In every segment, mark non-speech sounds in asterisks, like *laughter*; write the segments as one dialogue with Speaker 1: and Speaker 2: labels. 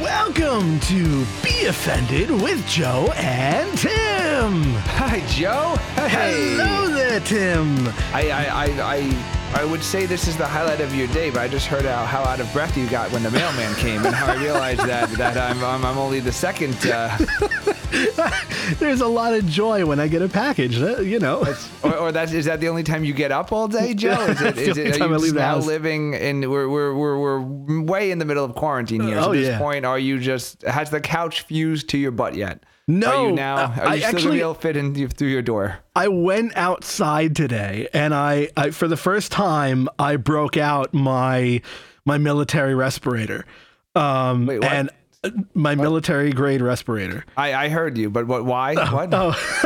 Speaker 1: Welcome to Be Offended with Joe and Tim.
Speaker 2: Hi, Joe. Hey.
Speaker 1: Hello there, Tim.
Speaker 2: I, I, I, I, I would say this is the highlight of your day, but I just heard how, how out of breath you got when the mailman came, and how I
Speaker 1: *laughs*
Speaker 2: realized that that I'm I'm, I'm only the second. Uh,
Speaker 1: There's a lot of joy when I get a package, uh, you know.
Speaker 2: or, or that's is that the only time you get up all day, Joe? Is it,
Speaker 1: the
Speaker 2: is
Speaker 1: only
Speaker 2: it
Speaker 1: time
Speaker 2: are
Speaker 1: I
Speaker 2: you
Speaker 1: leave
Speaker 2: just
Speaker 1: the
Speaker 2: now
Speaker 1: house.
Speaker 2: living in we're, we're we're we're way in the middle of quarantine here. So
Speaker 1: Oh,
Speaker 2: at this
Speaker 1: yeah.
Speaker 2: point, are you just has the couch fused to your butt yet? Are
Speaker 1: No,
Speaker 2: you now?
Speaker 1: uh,
Speaker 2: Are
Speaker 1: I
Speaker 2: you still gonna
Speaker 1: actually-
Speaker 2: be able to fit in you- through your door?
Speaker 1: I went outside today and I, I for the first time I broke out my my military respirator. Um
Speaker 2: Wait, what?
Speaker 1: and uh, my military grade respirator.
Speaker 2: I, I heard you, but what? Why? What?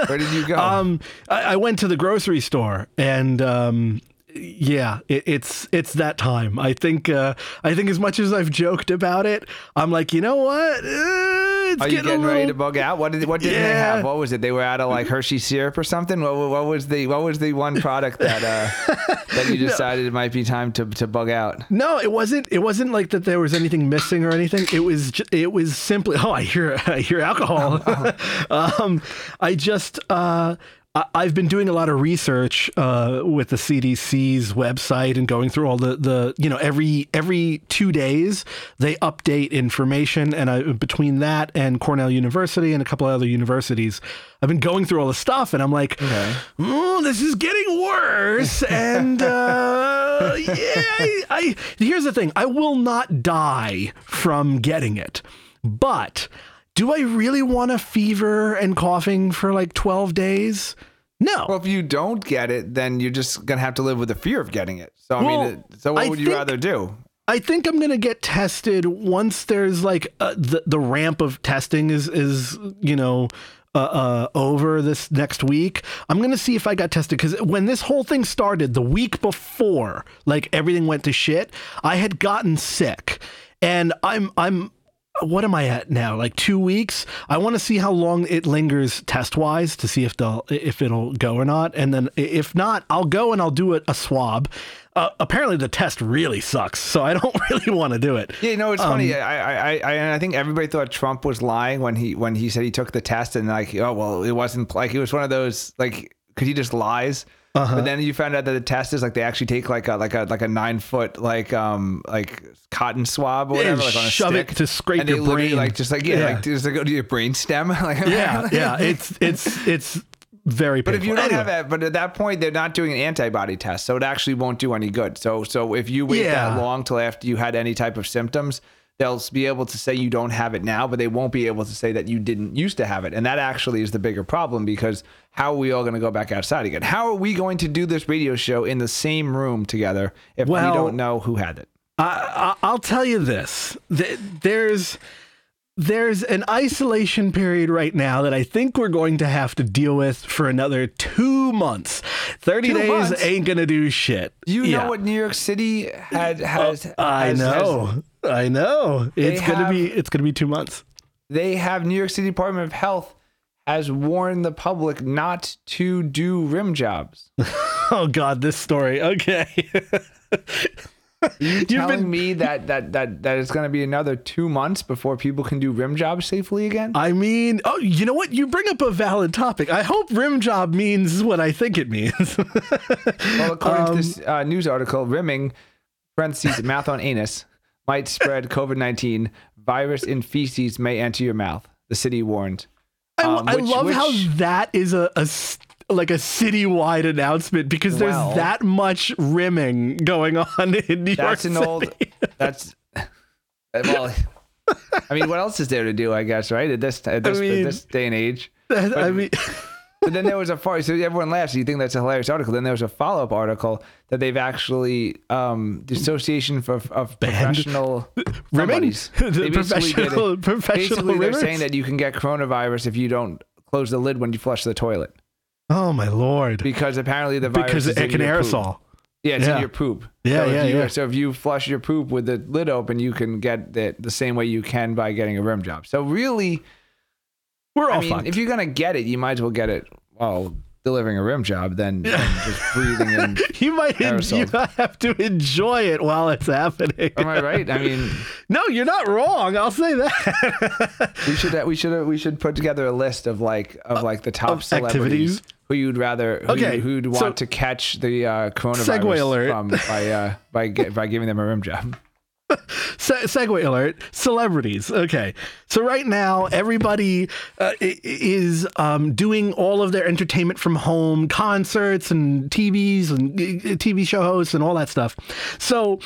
Speaker 2: Where did you go?
Speaker 1: Oh, *laughs* Um, I, I went to the grocery store, and um, yeah, it, it's it's that time. I think uh, I think as much as I've joked about it, I'm like, you know what? Uh, it's
Speaker 2: Are you
Speaker 1: getting, a
Speaker 2: getting
Speaker 1: little,
Speaker 2: ready to bug out? What did what did they
Speaker 1: Yeah.
Speaker 2: have? What was it? They were out of like Hershey syrup or something. What, what was the what was the one product that *laughs* uh, that you decided it might be time to, to bug out?
Speaker 1: No, it wasn't. It wasn't like that. There was anything missing or anything. It was. ju- It was simply. Oh, I hear. *laughs* I hear alcohol. *laughs* um, I just. Uh, I- I've been doing a lot of research uh, with the CDC's website and going through all the, the you know every every two days they update information and I, between that and Cornell University and a couple other universities I've been going through all the stuff and I'm like "Mm, this is getting worse and uh, yeah I, I here's the thing I will not die from getting it but do I really want a fever and coughing for like 12 days? No.
Speaker 2: Well, if you don't get it, then you're just gonna have to live with the fear of getting it. So I
Speaker 1: Well,
Speaker 2: mean, it- so what
Speaker 1: I
Speaker 2: would you
Speaker 1: think-
Speaker 2: rather do?
Speaker 1: I think I'm going to get tested once there's like uh, the the ramp of testing is is you know uh, uh, over this next week. I'm going to see if I got tested because when this whole thing started the week before, like everything went to shit, I had gotten sick, and I'm I'm what am I at now? Like two weeks. I want to see how long it lingers test wise to see if they'll if it'll go or not. And then i- if not, I'll go and I'll do a, a swab. Uh, apparently, the test really sucks, so I don't *laughs* really want to do it.
Speaker 2: Yeah, you know, it's funny.
Speaker 1: Um,
Speaker 2: I, I, I, I, I think everybody thought Trump was lying when he when he said he took the test and like, oh well, it wasn't like it was one of those like because he just lies.
Speaker 1: Uh-huh.
Speaker 2: But then you found out that the test is like they actually take like a like a like a nine foot like um like cotton swab or
Speaker 1: Yeah,
Speaker 2: whatever like on a
Speaker 1: shove it
Speaker 2: stick
Speaker 1: to scrape
Speaker 2: and they
Speaker 1: your
Speaker 2: literally,
Speaker 1: brain.
Speaker 2: like just like yeah,
Speaker 1: Yeah.
Speaker 2: like does it go to your brain stem *laughs* like
Speaker 1: Yeah, yeah.
Speaker 2: *laughs*
Speaker 1: It's it's it's very.
Speaker 2: But if you don't have that, but at that point they're not doing an antibody test, so it actually won't do any good. So so if you wait
Speaker 1: Yeah.
Speaker 2: that long till after you had any type of symptoms, they'll be able to say you don't have it now, but they won't be able to say that you didn't used to have it. And that actually is the bigger problem because how are we all going to go back outside again? How are we going to do this radio show in the same room together if
Speaker 1: Well-
Speaker 2: we don't know who had it?
Speaker 1: I, I, I'll tell you this: Th- there's there's an isolation period right now that I think we're going to have to deal with for another two months. Thirty
Speaker 2: Two
Speaker 1: days
Speaker 2: months?
Speaker 1: ain't gonna do shit.
Speaker 2: You
Speaker 1: Yeah.
Speaker 2: know what New York City had has.
Speaker 1: Oh, I
Speaker 2: has- has-
Speaker 1: know. I know. It's gonna
Speaker 2: have-
Speaker 1: be. It's gonna be two months.
Speaker 2: they have New York City Department of Health has warned the public not to do rim jobs.
Speaker 1: Oh God, this story. Okay. *laughs*
Speaker 2: You telling
Speaker 1: been- *laughs*
Speaker 2: me that that that that it's going to be another two months before people can do rim jobs safely
Speaker 1: *laughs*
Speaker 2: again?
Speaker 1: I mean, oh, you know what? You bring up a valid topic. I hope rim job means what I think it means. *laughs*
Speaker 2: Well, according to
Speaker 1: Um,
Speaker 2: this uh, news article, rimming (parentheses mouth on anus) might
Speaker 1: *laughs*
Speaker 2: spread COVID nineteen virus in feces may enter your mouth. The city warned.
Speaker 1: I,
Speaker 2: Um,
Speaker 1: I
Speaker 2: which-
Speaker 1: love how
Speaker 2: which-
Speaker 1: that is a, a s- like a citywide announcement because there's
Speaker 2: Well-
Speaker 1: that much rimming going on *laughs* in New
Speaker 2: That's
Speaker 1: York
Speaker 2: an
Speaker 1: City.
Speaker 2: old. *laughs* That's eh, well. I mean, what else is there to do? I guess right at this at this,
Speaker 1: mean-
Speaker 2: at this day and age.
Speaker 1: That- *laughs* I mean,
Speaker 2: But then there was a follow. So everyone laughs. You think that's a hilarious article. Then there was a follow up article that they've actually um, the Association for, of Professional
Speaker 1: *laughs* rimming.
Speaker 2: Somebodies.
Speaker 1: *laughs*
Speaker 2: They
Speaker 1: The
Speaker 2: basically did it.
Speaker 1: professional, *laughs* professional
Speaker 2: Basically, they're
Speaker 1: rimmers.
Speaker 2: saying that you can get coronavirus if you don't close the lid when you flush the toilet
Speaker 1: Oh my lord!
Speaker 2: because apparently the virus
Speaker 1: Because
Speaker 2: is
Speaker 1: it
Speaker 2: in
Speaker 1: can
Speaker 2: your poop.
Speaker 1: aerosol.
Speaker 2: Yeah, it's
Speaker 1: Yeah.
Speaker 2: in your poop.
Speaker 1: Yeah,
Speaker 2: so
Speaker 1: yeah,
Speaker 2: if you,
Speaker 1: yeah.
Speaker 2: So if you flush your poop with the lid open, you can get it the same way you can by getting a rim job. So really,
Speaker 1: We're all
Speaker 2: I mean,
Speaker 1: fucked.
Speaker 2: if you're gonna get it, you might as well get it. Well, delivering a rim job than, than just
Speaker 1: *laughs*
Speaker 2: breathing in.
Speaker 1: *laughs* You might en- you
Speaker 2: Aerosols.
Speaker 1: might have to enjoy it while it's happening.
Speaker 2: Am I right? I mean,
Speaker 1: *laughs* No, you're not wrong. I'll say that.
Speaker 2: we should we should we should put together a list of like of like the top
Speaker 1: Uh, Of
Speaker 2: celebrities
Speaker 1: activities?
Speaker 2: who you'd rather who
Speaker 1: Okay,
Speaker 2: you, who'd
Speaker 1: so-
Speaker 2: want to catch the uh, coronavirus
Speaker 1: Segue alert.
Speaker 2: from by uh, by gi- by giving them a
Speaker 1: *laughs*
Speaker 2: rim job.
Speaker 1: Se- segue alert celebrities okay so right now everybody uh, i- i- is um, doing all of their entertainment from home concerts and tvs and uh, tv show hosts and all that stuff so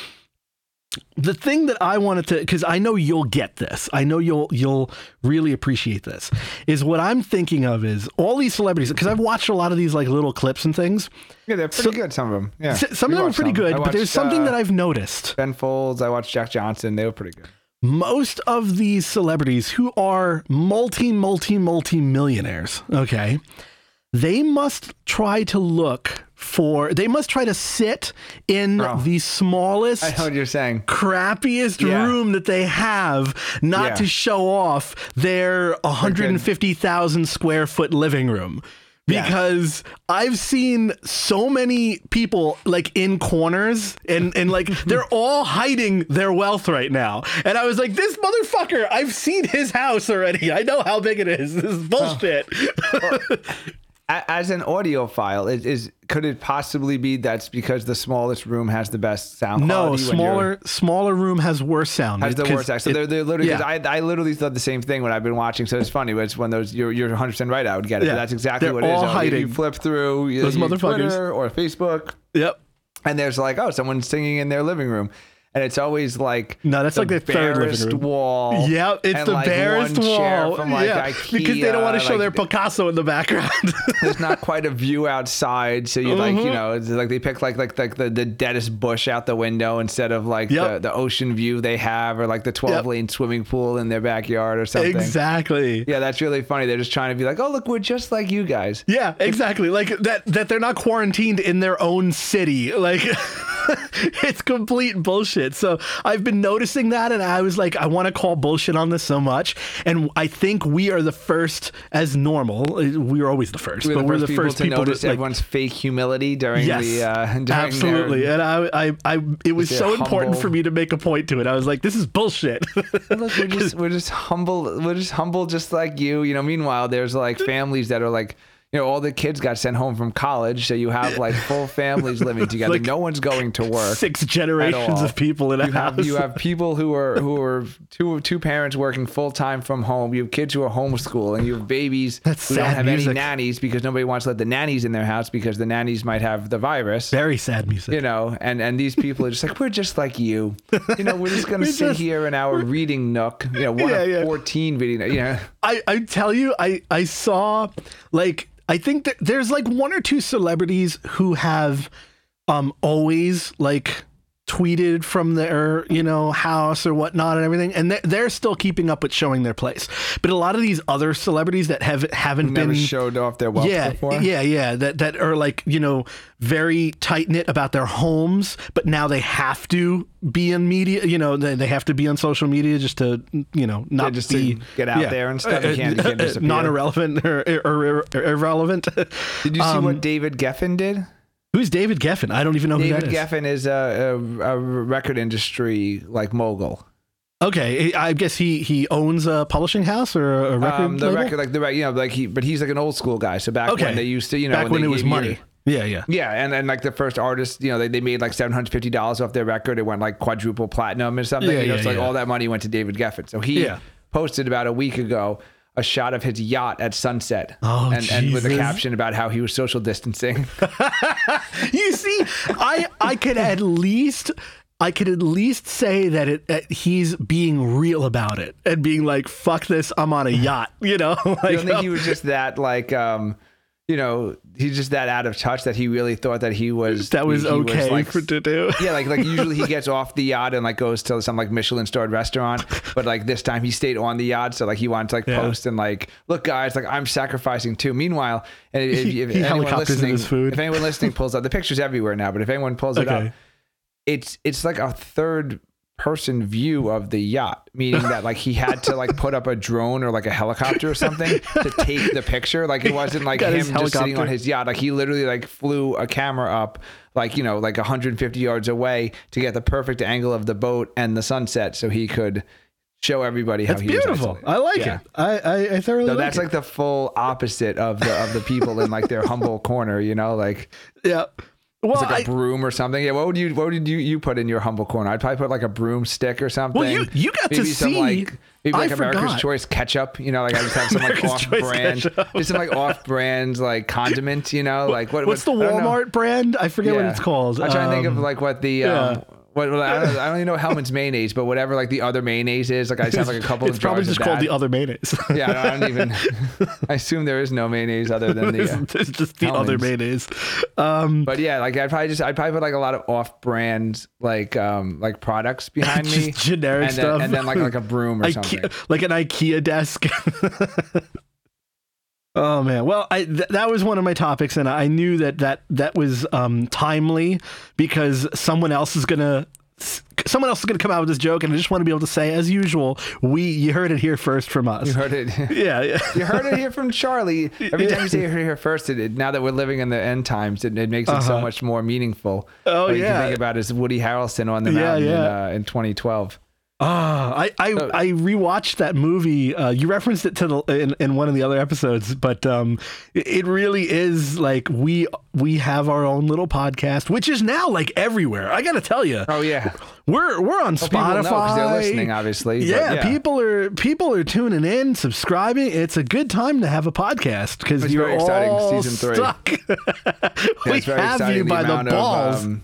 Speaker 1: the thing that i wanted to because i know you'll get this i know you'll you'll really appreciate this is what i'm thinking of is all these celebrities because i've watched a lot of these like little clips and things
Speaker 2: Yeah, they're pretty good. Some of them. Yeah,
Speaker 1: S- some of
Speaker 2: We
Speaker 1: them are
Speaker 2: watched
Speaker 1: pretty
Speaker 2: some.
Speaker 1: good
Speaker 2: I
Speaker 1: but there's
Speaker 2: watched,
Speaker 1: something
Speaker 2: uh,
Speaker 1: that i've noticed
Speaker 2: Ben Folds. I watched Jack Johnson. They were pretty good.
Speaker 1: most of these celebrities who are multi, multi, multi millionaires, okay, they must try to look for, they must try to sit in
Speaker 2: Oh.
Speaker 1: the
Speaker 2: I
Speaker 1: smallest.
Speaker 2: know what you're saying.
Speaker 1: Crappiest
Speaker 2: Yeah.
Speaker 1: room that they have, not
Speaker 2: Yeah.
Speaker 1: to show off their 150,000 square foot living room.
Speaker 2: Yeah.
Speaker 1: Because I've seen so many people like in corners and, and
Speaker 2: *laughs*
Speaker 1: like they're all hiding their wealth right now. And I was like, this motherfucker, I've seen his house already. I know how big it is. This is bullshit. *laughs*
Speaker 2: A- As an audiophile, is, is could it possibly be that's because the smallest room has the best sound?
Speaker 1: no,
Speaker 2: quality when you're-
Speaker 1: smaller smaller room has worse sound.
Speaker 2: Has the
Speaker 1: 'Cause
Speaker 2: worst accent.
Speaker 1: it-
Speaker 2: They're, they're literally. 'cause
Speaker 1: yeah.
Speaker 2: I, I literally thought the same thing when I've been watching. So it's funny. But it's when those you're you're 100 percent right. I would get it.
Speaker 1: Yeah.
Speaker 2: But that's exactly
Speaker 1: They're
Speaker 2: what it is.
Speaker 1: all
Speaker 2: You- You
Speaker 1: hiding.
Speaker 2: flip through you-
Speaker 1: Those
Speaker 2: you
Speaker 1: motherfuckers.
Speaker 2: Twitter or Facebook,
Speaker 1: Yep.
Speaker 2: and there's like oh someone's singing in their living room, and it's always like
Speaker 1: No, that's
Speaker 2: the
Speaker 1: like their third living
Speaker 2: barest
Speaker 1: room.
Speaker 2: wall.
Speaker 1: Yeah, it's
Speaker 2: and,
Speaker 1: the
Speaker 2: like,
Speaker 1: barest
Speaker 2: one chair
Speaker 1: wall.
Speaker 2: from, like,
Speaker 1: yeah, because they don't want to
Speaker 2: Ikea,
Speaker 1: show their
Speaker 2: like,
Speaker 1: Picasso in the background. *laughs*
Speaker 2: there's not quite a view outside, so you like
Speaker 1: Mm-hmm.
Speaker 2: you know it's like they pick like like like the, the deadest bush out the window instead of like
Speaker 1: Yep.
Speaker 2: the, the ocean view they have or like the 12 lane swimming pool in their backyard or something.
Speaker 1: exactly.
Speaker 2: Yeah, that's really funny. They're just trying to be like, oh look, we're just like you guys.
Speaker 1: Yeah, exactly. Like that that they're not quarantined in their own city. *laughs* Like it's complete bullshit. So I've been noticing that and I was like I want to call bullshit on this so much and I think we are the first as normal. We are always the 1st
Speaker 2: We're
Speaker 1: but
Speaker 2: the
Speaker 1: we're the
Speaker 2: first people
Speaker 1: first
Speaker 2: to
Speaker 1: people
Speaker 2: notice
Speaker 1: to, like,
Speaker 2: everyone's fake humility during
Speaker 1: Yes,
Speaker 2: the uh, *laughs* during their-
Speaker 1: absolutely. And I, I, I, it was
Speaker 2: their
Speaker 1: so important
Speaker 2: humble-
Speaker 1: for me to make a point to it. I was like, this is bullshit. *laughs*
Speaker 2: Look, we're just we're just humble. We're just humble, just like you. You know. Meanwhile,
Speaker 1: *laughs*
Speaker 2: there's like families that are like, you know, all the kids got sent home from college, so you have like full
Speaker 1: *laughs*
Speaker 2: families living together.
Speaker 1: Like
Speaker 2: no one's going to work.
Speaker 1: Six generations
Speaker 2: all.
Speaker 1: of people in a
Speaker 2: You
Speaker 1: house.
Speaker 2: have, you have people who are who are two two parents working full time from home. You have kids who are homeschooling. You have babies
Speaker 1: That's
Speaker 2: who don't
Speaker 1: sad
Speaker 2: have
Speaker 1: music.
Speaker 2: any nannies because nobody wants to let the nannies in their house because the nannies might have the
Speaker 1: *laughs*
Speaker 2: virus
Speaker 1: Very sad music.
Speaker 2: you know, and and these people are just like, we're just like you, you know, we're
Speaker 1: *laughs*
Speaker 2: just gonna
Speaker 1: We're
Speaker 2: sit
Speaker 1: just-
Speaker 2: here in our reading nook, you know, one
Speaker 1: Yeah,
Speaker 2: of
Speaker 1: yeah.
Speaker 2: fourteen reading, nook, you
Speaker 1: *laughs*
Speaker 2: know,
Speaker 1: I, I tell you, I, I saw like I think that there's like one or two celebrities who have um always like tweeted from their you know house or whatnot and everything and they're, they're still keeping up with showing their place but a lot of these other celebrities that have haven't
Speaker 2: never
Speaker 1: been
Speaker 2: showed off their wealth
Speaker 1: yeah,
Speaker 2: before.
Speaker 1: Yeah, yeah, that that are like you know very tight knit about their homes, but now they have to be in media. You know, they, they have to be on social media just to you know not
Speaker 2: just to
Speaker 1: be Uh,
Speaker 2: get out there and stuff. You can't- you can't disappear.
Speaker 1: non irrelevant *laughs* or, or- or irrelevant. *laughs*
Speaker 2: Did you see what David Geffen did?
Speaker 1: Who's David Geffen? I don't even know who
Speaker 2: David
Speaker 1: um, that is.
Speaker 2: Geffen is a, a, a record industry like mogul.
Speaker 1: Okay, eh, I I guess he he owns a publishing house or a record
Speaker 2: Um, the
Speaker 1: label.
Speaker 2: record, like the right, you know, like he, but he's like an old school guy. So back
Speaker 1: okay,
Speaker 2: when they used to, you know,
Speaker 1: back when
Speaker 2: they
Speaker 1: it was
Speaker 2: gave you-
Speaker 1: money. Yeah, yeah.
Speaker 2: Yeah, and then like the first artist, you know, they, they made like seven hundred fifty dollars off their record. It went like quadruple platinum or something.
Speaker 1: Yeah,
Speaker 2: you know,
Speaker 1: yeah,
Speaker 2: so like
Speaker 1: yeah.
Speaker 2: all that money went to David Geffen. So he
Speaker 1: Yeah.
Speaker 2: posted about a week ago a shot of his yacht at sunset.
Speaker 1: Oh,
Speaker 2: and, and with a
Speaker 1: Jesus.
Speaker 2: caption about how he was
Speaker 1: *laughs*
Speaker 2: social distancing.
Speaker 1: you see, I I could at least I could at least say that it that he's being real about it and being like, "Fuck this, I'm
Speaker 2: *laughs*
Speaker 1: on a yacht," you know. *laughs*
Speaker 2: I
Speaker 1: Like,
Speaker 2: don't think he was just that like um you know, he's just that out of touch that he really thought that he was
Speaker 1: that was
Speaker 2: he- he
Speaker 1: okay
Speaker 2: like,
Speaker 1: for to do. *laughs*
Speaker 2: Yeah, like like usually he gets off the yacht and like goes to some like Michelin starred restaurant, but like this time he stayed on the yacht, so like he wanted to like
Speaker 1: Yeah.
Speaker 2: post and like look guys, like I'm sacrificing too. Meanwhile, and
Speaker 1: *laughs*
Speaker 2: if,
Speaker 1: He-
Speaker 2: if
Speaker 1: he
Speaker 2: anyone
Speaker 1: helicopters in
Speaker 2: listening,
Speaker 1: his food.
Speaker 2: if anyone listening pulls up the pictures everywhere now, but if anyone pulls it
Speaker 1: Okay.
Speaker 2: up, it's it's like a third person view of the yacht, meaning that like he had to like put up a drone or like a helicopter or something to take the picture. Like it wasn't like
Speaker 1: Got
Speaker 2: him
Speaker 1: his
Speaker 2: just sitting on
Speaker 1: helicopter.
Speaker 2: his yacht. Like he literally like flew a camera up like, you know, like 150 yards away to get the perfect angle of the boat and the sunset so he could show everybody how
Speaker 1: It's
Speaker 2: he was
Speaker 1: beautiful.
Speaker 2: isolated.
Speaker 1: I like
Speaker 2: Yeah.
Speaker 1: it. I I, I thoroughly
Speaker 2: So
Speaker 1: like
Speaker 2: that's
Speaker 1: it.
Speaker 2: like the full opposite of the of the people in like their humble corner, you know, like
Speaker 1: yeah. Well,
Speaker 2: like a
Speaker 1: I,
Speaker 2: broom or something. Yeah, what would you what would you you put in your humble corner? I'd probably put like a broomstick or something.
Speaker 1: Well, you- you got to
Speaker 2: maybe some
Speaker 1: see-
Speaker 2: like maybe
Speaker 1: I
Speaker 2: like America's
Speaker 1: forgot.
Speaker 2: Choice ketchup. You know, like I just have some like
Speaker 1: America's
Speaker 2: off
Speaker 1: Choice
Speaker 2: brand,
Speaker 1: ketchup.
Speaker 2: just some like off brand like condiment. You know, like what
Speaker 1: what's the
Speaker 2: what- I don't know.
Speaker 1: Walmart brand? I forget what
Speaker 2: Yeah.
Speaker 1: it's called.
Speaker 2: I'm trying to think of
Speaker 1: Um,
Speaker 2: like what the.
Speaker 1: yeah.
Speaker 2: Um, what, what- I, don't, I don't even
Speaker 1: *laughs*
Speaker 2: know Hellman's mayonnaise, but whatever like the other mayonnaise is, like I just have like a couple
Speaker 1: It's
Speaker 2: of
Speaker 1: probably
Speaker 2: jars
Speaker 1: just
Speaker 2: of
Speaker 1: called
Speaker 2: that.
Speaker 1: the other
Speaker 2: *laughs*
Speaker 1: mayonnaise.
Speaker 2: Yeah, I don't, I don't
Speaker 1: *laughs*
Speaker 2: even. I assume there is no mayonnaise other than the. uh,
Speaker 1: it's, it's just the other
Speaker 2: Hellman's.
Speaker 1: mayonnaise. Um,
Speaker 2: But yeah, like I'd probably just I'd probably put like a lot of off-brand like um like products behind
Speaker 1: *laughs*
Speaker 2: me,
Speaker 1: Just generic
Speaker 2: and then,
Speaker 1: stuff.
Speaker 2: and then like like a
Speaker 1: *laughs*
Speaker 2: broom or something.
Speaker 1: Ikea, like an IKEA desk. *laughs* oh man, well, I th- that was one of my topics, and I knew that that that was um, timely because someone else is gonna. s- Someone else is going to come out with this joke, and I just want to be able to say, as usual, we you heard it here first from us.
Speaker 2: You
Speaker 1: *laughs*
Speaker 2: heard it.
Speaker 1: Yeah, yeah.
Speaker 2: You heard it here from Charlie. Every time you say you heard it here first, it, it- now that we're living in the end times, it, it makes it so much more meaningful.
Speaker 1: Uh-huh. Oh,
Speaker 2: All you can
Speaker 1: yeah.
Speaker 2: think about is Woody Harrelson on the
Speaker 1: Yeah,
Speaker 2: mountain
Speaker 1: yeah.
Speaker 2: In, uh, in 2012.
Speaker 1: Ah, I I, I rewatched that movie. Uh, you referenced it to the in, in one of the other episodes, but um, it, it really is like we we have our own little podcast, which is now like everywhere. I gotta tell you,
Speaker 2: Oh yeah,
Speaker 1: we're we're on
Speaker 2: people know
Speaker 1: Spotify.
Speaker 2: 'cause they're listening, obviously. but
Speaker 1: Yeah,
Speaker 2: yeah.
Speaker 1: people are people are tuning in, subscribing. It's a good time to have a podcast because
Speaker 2: It's
Speaker 1: you're
Speaker 2: very exciting,
Speaker 1: all
Speaker 2: season three.
Speaker 1: stuck. *laughs*
Speaker 2: Yeah,
Speaker 1: we
Speaker 2: it's very
Speaker 1: have
Speaker 2: exciting,
Speaker 1: you by the,
Speaker 2: amount of,
Speaker 1: balls.
Speaker 2: um,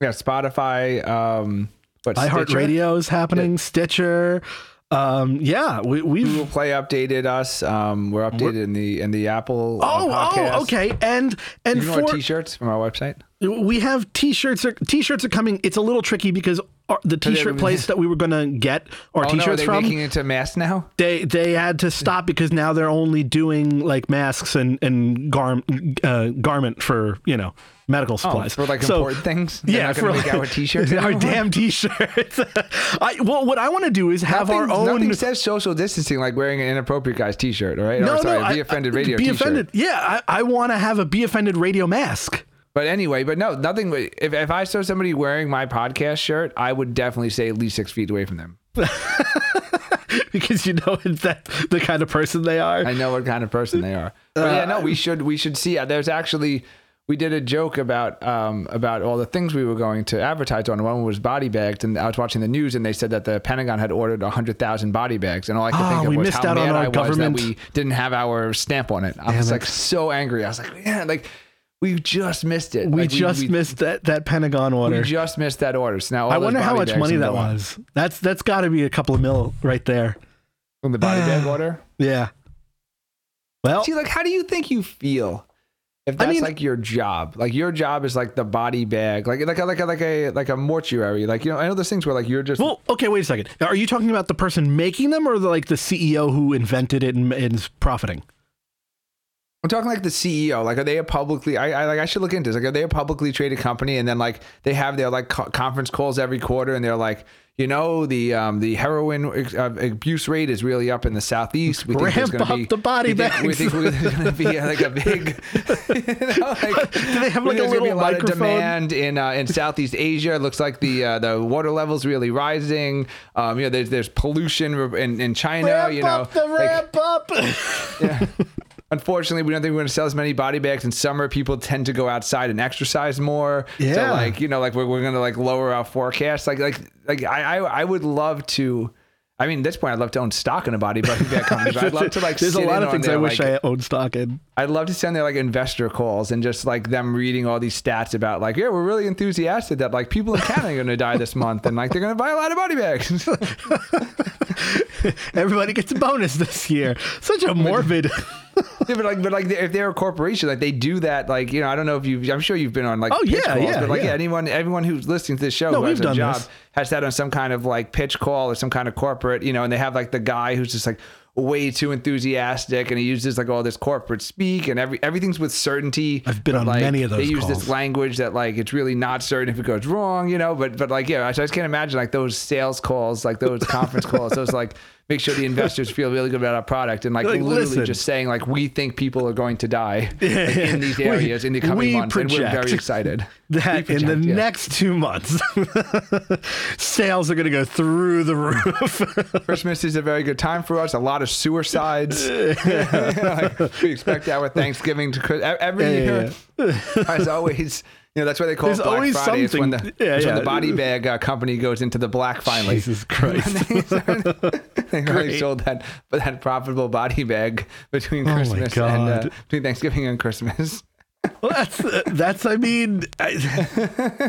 Speaker 2: yeah, Spotify. Um, but Stitcher?
Speaker 1: iHeartRadio is happening. Stitcher. Um, yeah, we, we've
Speaker 2: Google Play updated us. Um, we're updated in the in the Apple. uh,
Speaker 1: Oh,
Speaker 2: podcast.
Speaker 1: oh, okay. And and
Speaker 2: You know our
Speaker 1: for
Speaker 2: T-shirts from our website.
Speaker 1: we have t-shirts. Are, t-shirts are coming. It's a little tricky because our, the
Speaker 2: they-
Speaker 1: t-shirt place that we were gonna get our
Speaker 2: Oh no, are
Speaker 1: t-shirts
Speaker 2: they
Speaker 1: from,
Speaker 2: making it to mass now?
Speaker 1: they they had to stop because now they're only doing like masks and and garm uh, garment for you know medical supplies
Speaker 2: Oh, For like
Speaker 1: So-
Speaker 2: important things. They're
Speaker 1: yeah,
Speaker 2: not gonna
Speaker 1: for
Speaker 2: make
Speaker 1: *laughs*
Speaker 2: our T-shirts.
Speaker 1: our
Speaker 2: anymore?
Speaker 1: damn t-shirts. *laughs* I, well, what I want to do is have
Speaker 2: Nothing,
Speaker 1: our own.
Speaker 2: nothing says social distancing like wearing an inappropriate guy's T-shirt. All right.
Speaker 1: no,
Speaker 2: or, sorry,
Speaker 1: no, I-
Speaker 2: be offended
Speaker 1: I-
Speaker 2: radio.
Speaker 1: Be
Speaker 2: t-shirt.
Speaker 1: offended. Yeah, I, I want to have a be offended radio mask.
Speaker 2: But anyway, but no, nothing. If if I saw somebody wearing my podcast shirt, I would definitely say at least six feet away from them.
Speaker 1: *laughs* because you know that the kind of person they are.
Speaker 2: I know what kind of person they are. But yeah, no, we should we should see. There's actually we did a joke about um, about all the things we were going to advertise on. One was body bags, and I was watching the news, and they said that the Pentagon had ordered hundred thousand body bags, and all I could
Speaker 1: Ah,
Speaker 2: think of
Speaker 1: we
Speaker 2: was
Speaker 1: missed
Speaker 2: how
Speaker 1: out on
Speaker 2: mad
Speaker 1: our
Speaker 2: I
Speaker 1: government.
Speaker 2: was that we didn't have our stamp on it. I was like so angry. I was like, yeah, like we just missed it.
Speaker 1: we
Speaker 2: Like,
Speaker 1: just
Speaker 2: we,
Speaker 1: missed that that Pentagon
Speaker 2: we
Speaker 1: order.
Speaker 2: just missed that order. So now all
Speaker 1: I
Speaker 2: those
Speaker 1: wonder how
Speaker 2: body
Speaker 1: much
Speaker 2: bags
Speaker 1: money
Speaker 2: can
Speaker 1: that
Speaker 2: go on.
Speaker 1: was. That's that's got to be a couple of mil right there.
Speaker 2: From the body
Speaker 1: *sighs*
Speaker 2: bag order.
Speaker 1: Yeah. Well,
Speaker 2: See, like, how do you think you feel if
Speaker 1: I
Speaker 2: that's
Speaker 1: mean-
Speaker 2: like your job? Like, your job is like the body bag, like, like, a, like, a, like a, like a mortuary. Like, you know, I know those things where like you're just.
Speaker 1: well, okay. Wait a second. Are you talking about the person making them, or the, like the CEO who invented it and, and is profiting?
Speaker 2: I'm talking like the CEO. Like, are they a publicly? I, I like I should look into this. Like, are they a publicly traded company? And then like they have their like co- conference calls every quarter, and they're like, you know, the um the heroin ex- uh, abuse rate is really up in the southeast. We there's
Speaker 1: Ramp
Speaker 2: gonna
Speaker 1: up the body
Speaker 2: we think, We
Speaker 1: bags."
Speaker 2: think there's going to be uh,
Speaker 1: *laughs*
Speaker 2: like a big. *laughs* You know, like,
Speaker 1: Do they have,
Speaker 2: we
Speaker 1: like, a
Speaker 2: think there's gonna be
Speaker 1: little
Speaker 2: lot of
Speaker 1: microphone?
Speaker 2: demand in uh, in Southeast Asia? It looks like the uh, the water levels really rising. Um, you know, there's there's pollution in, in China.
Speaker 1: ramp
Speaker 2: you know,
Speaker 1: up the
Speaker 2: like,
Speaker 1: ramp
Speaker 2: *laughs*
Speaker 1: up. *laughs*
Speaker 2: yeah. Unfortunately, we don't think we're going to sell as many body bags in summer. People tend to go outside and exercise more.
Speaker 1: Yeah.
Speaker 2: So like, you know, like we're, we're going to like lower our forecast. Like, like, like I, I, I would love to, I mean, at this point, I'd love to own stock in a
Speaker 1: *laughs*
Speaker 2: body bag company. but I'd love to like,
Speaker 1: There's a
Speaker 2: sit
Speaker 1: lot
Speaker 2: in
Speaker 1: of
Speaker 2: on
Speaker 1: things
Speaker 2: their,
Speaker 1: I wish
Speaker 2: like,
Speaker 1: I owned stock in. *laughs*
Speaker 2: I'd love to send their like investor calls and just like them reading all these stats about like, yeah, we're really enthusiastic that like people in Canada are going to die this month and like they're going to buy a lot of body bags. *laughs*
Speaker 1: Everybody gets a bonus this year. Such a morbid.
Speaker 2: Yeah, *laughs* but like, but like, if they're a corporation, like they do that, like you know, I don't know if you, I'm sure you've been on like,
Speaker 1: Oh,
Speaker 2: pitch
Speaker 1: yeah,
Speaker 2: calls,
Speaker 1: yeah,
Speaker 2: but like
Speaker 1: yeah.
Speaker 2: anyone, everyone who's listening to this show,
Speaker 1: No,
Speaker 2: who has
Speaker 1: we've
Speaker 2: a
Speaker 1: done
Speaker 2: job,
Speaker 1: this.
Speaker 2: has that on some kind of like pitch call or some kind of corporate, you know, and they have like the guy who's just like, way too enthusiastic and he uses like all this corporate speak and every everything's with certainty.
Speaker 1: I've been
Speaker 2: but,
Speaker 1: on
Speaker 2: like,
Speaker 1: many of those
Speaker 2: They use
Speaker 1: calls.
Speaker 2: this language that like it's really not certain if it goes wrong, you know. But but like yeah, I just can't imagine like those sales calls, like those conference calls, those like make sure the investors feel really good about our product and like,
Speaker 1: Like,
Speaker 2: literally
Speaker 1: listen.
Speaker 2: just saying like we think people are going
Speaker 1: *laughs*
Speaker 2: to die like, in these
Speaker 1: We-
Speaker 2: areas in the coming
Speaker 1: we
Speaker 2: months and we're
Speaker 1: project.
Speaker 2: very
Speaker 1: *laughs*
Speaker 2: excited.
Speaker 1: That
Speaker 2: We
Speaker 1: in the
Speaker 2: project, yeah.
Speaker 1: next two months, *laughs* sales are going to go through the roof.
Speaker 2: Christmas is a very good time for us. A lot of
Speaker 1: *laughs*
Speaker 2: suicides. *laughs* Like, we expect our Thanksgiving to Chris- e- every year. As always, you know that's why they call
Speaker 1: There's
Speaker 2: it Black
Speaker 1: always
Speaker 2: Friday. It's when the,
Speaker 1: something- yeah,
Speaker 2: it's when
Speaker 1: yeah.
Speaker 2: the body bag uh, company goes into the black *laughs* finally.
Speaker 1: Jesus Christ.
Speaker 2: they really sold that *laughs* but that profitable body bag between
Speaker 1: Oh my
Speaker 2: Christmas and uh,
Speaker 1: God.
Speaker 2: between Thanksgiving and Christmas.
Speaker 1: *laughs* Well, that's that's. I mean, I,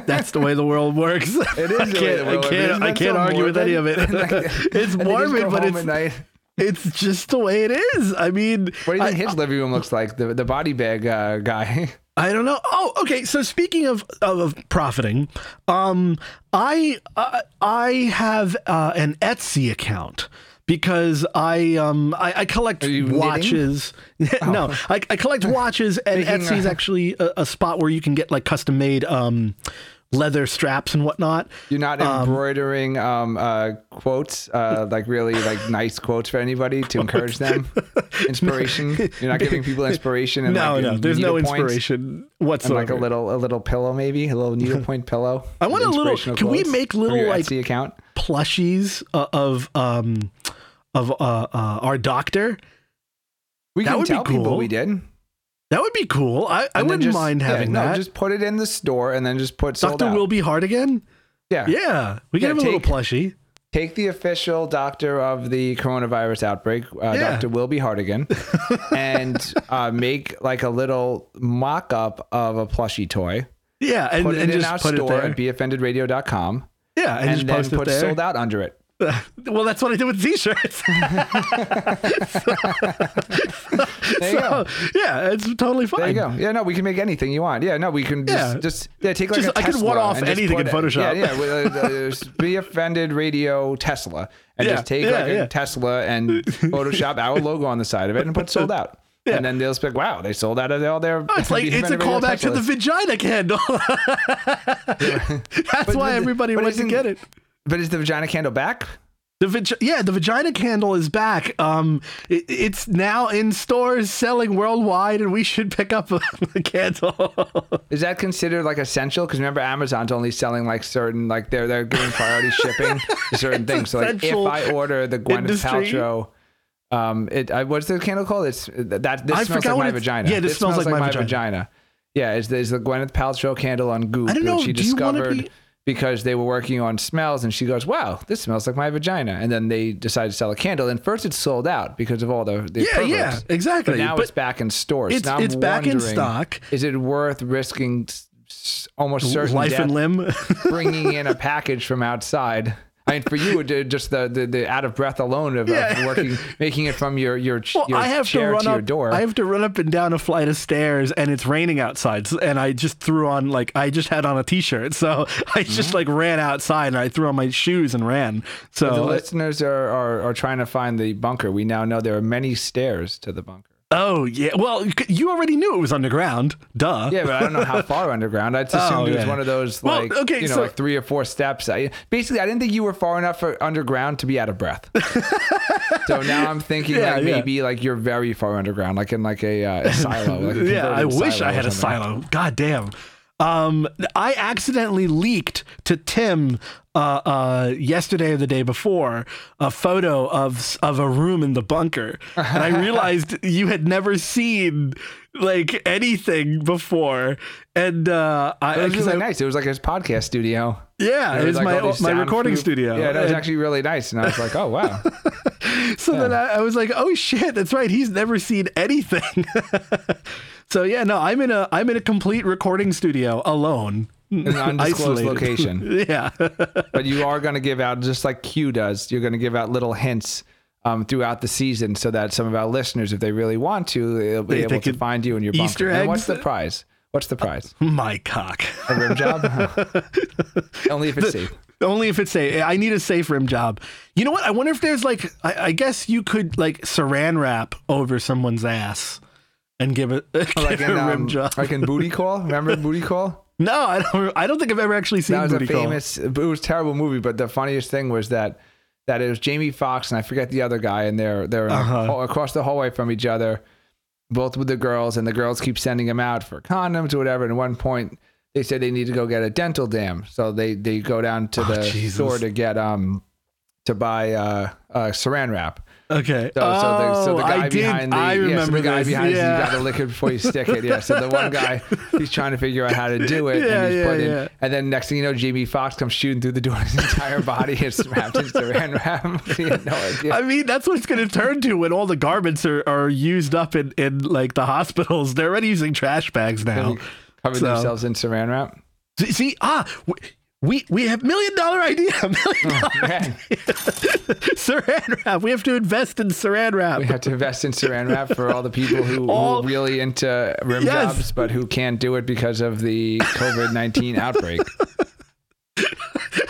Speaker 1: that's the way the world works. It
Speaker 2: *laughs* is the
Speaker 1: *laughs* I can't,
Speaker 2: way the world
Speaker 1: I
Speaker 2: works.
Speaker 1: can't,
Speaker 2: Isn't
Speaker 1: I
Speaker 2: that
Speaker 1: can't
Speaker 2: so
Speaker 1: argue with any of it. *laughs*
Speaker 2: *laughs*
Speaker 1: it's
Speaker 2: And they just
Speaker 1: morbid,
Speaker 2: go
Speaker 1: but
Speaker 2: home
Speaker 1: it's
Speaker 2: at night.
Speaker 1: it's just the way it is. I mean,
Speaker 2: What do you think
Speaker 1: I-
Speaker 2: his living room looks like? The the body bag uh, guy. *laughs*
Speaker 1: I don't know. Oh, okay. So speaking of of, of profiting, um, I I, I have uh, an Etsy account because I um I, I collect
Speaker 2: you knitting? Oh.
Speaker 1: watches. *laughs* no, I, I collect watches, and
Speaker 2: Making
Speaker 1: Etsy is
Speaker 2: a-
Speaker 1: actually a, a spot where you can get like custom made um leather straps and whatnot.
Speaker 2: You're not embroidering um, uh, quotes, uh, like really like nice quotes for
Speaker 1: *laughs*
Speaker 2: anybody to encourage them. Inspiration. You're not giving people inspiration. And
Speaker 1: No,
Speaker 2: like,
Speaker 1: no,
Speaker 2: and
Speaker 1: there's no
Speaker 2: needle points
Speaker 1: inspiration
Speaker 2: And
Speaker 1: whatsoever.
Speaker 2: like a little, a little pillow, maybe
Speaker 1: *laughs*
Speaker 2: a little needlepoint pillow.
Speaker 1: I want
Speaker 2: with
Speaker 1: a little-
Speaker 2: inspirational
Speaker 1: can we
Speaker 2: quotes
Speaker 1: make
Speaker 2: for
Speaker 1: little,
Speaker 2: your
Speaker 1: like-
Speaker 2: Etsy account?
Speaker 1: Plushies uh, of um of uh, uh our doctor.
Speaker 2: We
Speaker 1: That
Speaker 2: can
Speaker 1: would be
Speaker 2: tell people
Speaker 1: cool.
Speaker 2: we did.
Speaker 1: That would be cool. I, I
Speaker 2: And then
Speaker 1: wouldn't
Speaker 2: just-
Speaker 1: mind
Speaker 2: yeah,
Speaker 1: having
Speaker 2: no,
Speaker 1: that.
Speaker 2: Just put it in the store and then just put sold
Speaker 1: Doctor
Speaker 2: out.
Speaker 1: will be hard again.
Speaker 2: yeah.
Speaker 1: Yeah, we
Speaker 2: Yeah,
Speaker 1: can have a little
Speaker 2: take-
Speaker 1: plushie.
Speaker 2: Take the official doctor of the coronavirus outbreak, uh,
Speaker 1: Yeah.
Speaker 2: Dr.
Speaker 1: *laughs*
Speaker 2: Wilby Hartigan, and uh, make like a little mock up of a plushie toy.
Speaker 1: Yeah, and,
Speaker 2: Put it
Speaker 1: and
Speaker 2: in
Speaker 1: just
Speaker 2: our
Speaker 1: put it
Speaker 2: store
Speaker 1: there.
Speaker 2: at beoffendedradio.com
Speaker 1: yeah, and,
Speaker 2: and,
Speaker 1: just
Speaker 2: then
Speaker 1: post
Speaker 2: put
Speaker 1: it there.
Speaker 2: sold out under it.
Speaker 1: *laughs* well, that's what I did with t-shirts.
Speaker 2: *laughs* There you
Speaker 1: so,
Speaker 2: go.
Speaker 1: *laughs* yeah, it's totally fine.
Speaker 2: There you go. Yeah, no, we can make anything you want. Yeah, no, we can just
Speaker 1: Yeah.
Speaker 2: just yeah, take like
Speaker 1: Just-
Speaker 2: a
Speaker 1: I could
Speaker 2: Tesla
Speaker 1: one-off
Speaker 2: and just
Speaker 1: anything
Speaker 2: put
Speaker 1: in
Speaker 2: it-
Speaker 1: Photoshop.
Speaker 2: Yeah,
Speaker 1: *laughs*
Speaker 2: yeah, with, uh, uh, be offended radio Tesla and
Speaker 1: Yeah,
Speaker 2: just take
Speaker 1: yeah,
Speaker 2: like a
Speaker 1: yeah.
Speaker 2: Tesla and
Speaker 1: *laughs*
Speaker 2: Photoshop our logo on the side of it and put sold out.
Speaker 1: Yeah.
Speaker 2: And then they'll be like, wow, they sold out of all their.
Speaker 1: *laughs* Oh, It's
Speaker 2: *laughs*
Speaker 1: like
Speaker 2: Be
Speaker 1: it's a
Speaker 2: Offended Radio
Speaker 1: callback to the
Speaker 2: Teslas.
Speaker 1: vagina
Speaker 2: *laughs*
Speaker 1: candle. *laughs* That's
Speaker 2: But-
Speaker 1: why
Speaker 2: but-
Speaker 1: everybody
Speaker 2: but
Speaker 1: went to
Speaker 2: isn't-
Speaker 1: get it.
Speaker 2: But is the vagina candle back?
Speaker 1: The vagi- yeah, the vagina candle is back. Um, it, it's now in stores selling worldwide, and we should pick up *laughs* a, a
Speaker 2: *laughs*
Speaker 1: candle.
Speaker 2: Is that considered like essential? Because remember, Amazon's only selling like certain, like they're they're
Speaker 1: *laughs*
Speaker 2: giving priority shipping to certain things. So like, if
Speaker 1: essential
Speaker 2: I order the Gwyneth
Speaker 1: industry.
Speaker 2: Paltrow, um, it I, what's the candle called? It's uh, that this
Speaker 1: I forgot
Speaker 2: smells like
Speaker 1: what
Speaker 2: my
Speaker 1: it's-
Speaker 2: vagina.
Speaker 1: yeah, this smells like my
Speaker 2: vagina. Yeah, is is the Gwyneth Paltrow candle on Goop
Speaker 1: I don't know,
Speaker 2: that she
Speaker 1: do you wanna
Speaker 2: discovered
Speaker 1: be-
Speaker 2: because they were working on smells, and she goes, "Wow, this smells like my vagina," and then they decided to sell a candle, and first it's sold out because of all the, the
Speaker 1: Yeah, yeah,
Speaker 2: perverts.
Speaker 1: exactly.
Speaker 2: But now
Speaker 1: But-
Speaker 2: it's back in stores.
Speaker 1: It's-
Speaker 2: Now I'm
Speaker 1: it's back in
Speaker 2: wondering,
Speaker 1: stock.
Speaker 2: Is it worth risking s- s- almost certain
Speaker 1: Life
Speaker 2: death
Speaker 1: and limb.
Speaker 2: *laughs* bringing in a package from outside? I mean, for you, it did just the, the, the out of breath alone of,
Speaker 1: Yeah. *laughs*
Speaker 2: of working, making it from your your, ch-
Speaker 1: Well,
Speaker 2: your
Speaker 1: I have to
Speaker 2: chair
Speaker 1: run
Speaker 2: to
Speaker 1: up.
Speaker 2: your door.
Speaker 1: I have to run up and down a flight of stairs, and it's raining outside. So, and I just threw on like I just had on a t-shirt, so *laughs* I
Speaker 2: Mm-hmm.
Speaker 1: just like ran outside and I threw on my shoes and ran.
Speaker 2: the
Speaker 1: So
Speaker 2: listeners are, are are trying to find the bunker. We now know there are many stairs to the bunker.
Speaker 1: oh yeah, well you c- you already knew it was underground, duh.
Speaker 2: Yeah, but I don't know how
Speaker 1: *laughs*
Speaker 2: far underground. I just assumed it was
Speaker 1: Oh, yeah.
Speaker 2: one of those
Speaker 1: Well,
Speaker 2: like
Speaker 1: okay,
Speaker 2: you know
Speaker 1: so-
Speaker 2: like three or four steps. I, basically, I didn't think you were far enough for underground to be out
Speaker 1: *laughs*
Speaker 2: of breath. so now I'm thinking
Speaker 1: Yeah,
Speaker 2: like
Speaker 1: yeah.
Speaker 2: maybe like you're very far underground, like in like a, uh, a silo. Like
Speaker 1: *laughs*
Speaker 2: a
Speaker 1: yeah. I
Speaker 2: converted
Speaker 1: wish
Speaker 2: silo
Speaker 1: I
Speaker 2: or
Speaker 1: had a
Speaker 2: something.
Speaker 1: silo. God damn. Um, I accidentally leaked to Tim uh, uh, yesterday or the day before a photo of of a room in the bunker, and
Speaker 2: *laughs*
Speaker 1: I realized you had never seen like anything before, and uh, I,
Speaker 2: It was
Speaker 1: 'cause
Speaker 2: really
Speaker 1: I-
Speaker 2: nice. It was like his podcast studio.
Speaker 1: yeah,
Speaker 2: It
Speaker 1: it was
Speaker 2: like,
Speaker 1: my
Speaker 2: all these
Speaker 1: my recording
Speaker 2: soundproof-
Speaker 1: studio.
Speaker 2: Yeah, that was
Speaker 1: And
Speaker 2: actually really nice. And I was like,
Speaker 1: *laughs*
Speaker 2: oh wow.
Speaker 1: so then I, I was like, oh shit, that's right. He's never seen anything. *laughs* so yeah, no, I'm in a I'm in a complete recording studio alone. *laughs*
Speaker 2: an undisclosed
Speaker 1: Isolated.
Speaker 2: location.
Speaker 1: *laughs* yeah.
Speaker 2: but you are going to give out just like Q does. You're going to give out little hints um, throughout the season so that some of our listeners, if they really want to, they'll be
Speaker 1: They-
Speaker 2: able
Speaker 1: they
Speaker 2: to
Speaker 1: could-
Speaker 2: find you in your
Speaker 1: Easter
Speaker 2: bunker. And what's the
Speaker 1: eggs?
Speaker 2: prize? What's the prize?
Speaker 1: My cock. *laughs*
Speaker 2: A rim job? Only if it's safe.
Speaker 1: Only if it's safe. I need a safe rim job. You know what? I wonder if there's like, I, I guess you could like saran wrap over someone's ass and give it *laughs* give
Speaker 2: like
Speaker 1: it
Speaker 2: in,
Speaker 1: a
Speaker 2: um,
Speaker 1: rim job.
Speaker 2: like in Booty Call. Remember Booty Call?
Speaker 1: no, I don't. I don't think I've ever actually seen
Speaker 2: That was
Speaker 1: booty
Speaker 2: a
Speaker 1: call.
Speaker 2: famous. It was a terrible movie, but the funniest thing was that that it was Jamie Foxx and I forget the other guy, and they're they're
Speaker 1: Uh-huh.
Speaker 2: all across the hallway from each other, both with the girls, and the girls keep sending them out for condoms or whatever. And at one point, they said they need to go get a dental dam, so they they go down to
Speaker 1: Oh,
Speaker 2: the
Speaker 1: Jesus.
Speaker 2: store to get um to buy uh, uh Saran wrap.
Speaker 1: Okay.
Speaker 2: So, so, the, so the
Speaker 1: Oh,
Speaker 2: guy
Speaker 1: I did.
Speaker 2: behind the,
Speaker 1: I
Speaker 2: yeah, so
Speaker 1: remember
Speaker 2: the guy
Speaker 1: this.
Speaker 2: behind
Speaker 1: yeah.
Speaker 2: you got to lick it before you stick it. Yeah. So the one
Speaker 1: *laughs*
Speaker 2: guy, he's trying to figure out how to do it.
Speaker 1: Yeah,
Speaker 2: and, he's
Speaker 1: yeah,
Speaker 2: putting,
Speaker 1: yeah.
Speaker 2: and then next thing you know, Jamie Foxx comes shooting through the door, his entire body is wrapped in saran wrap. *laughs* he had no idea.
Speaker 1: *laughs* I mean, that's what it's going to turn to when all the garments are, are used up in, in like the hospitals. They're already using trash bags now.
Speaker 2: They covered
Speaker 1: So-
Speaker 2: themselves in saran wrap.
Speaker 1: See, see, ah, w- we we have million dollar idea, *laughs*
Speaker 2: Oh.
Speaker 1: million dollar
Speaker 2: Man,
Speaker 1: saran wrap. We have to invest in saran wrap.
Speaker 2: we have to invest in saran wrap for all the people who,
Speaker 1: All-
Speaker 2: who are really into rim
Speaker 1: Yes.
Speaker 2: jobs, but who can't do it because of the COVID 19 outbreak.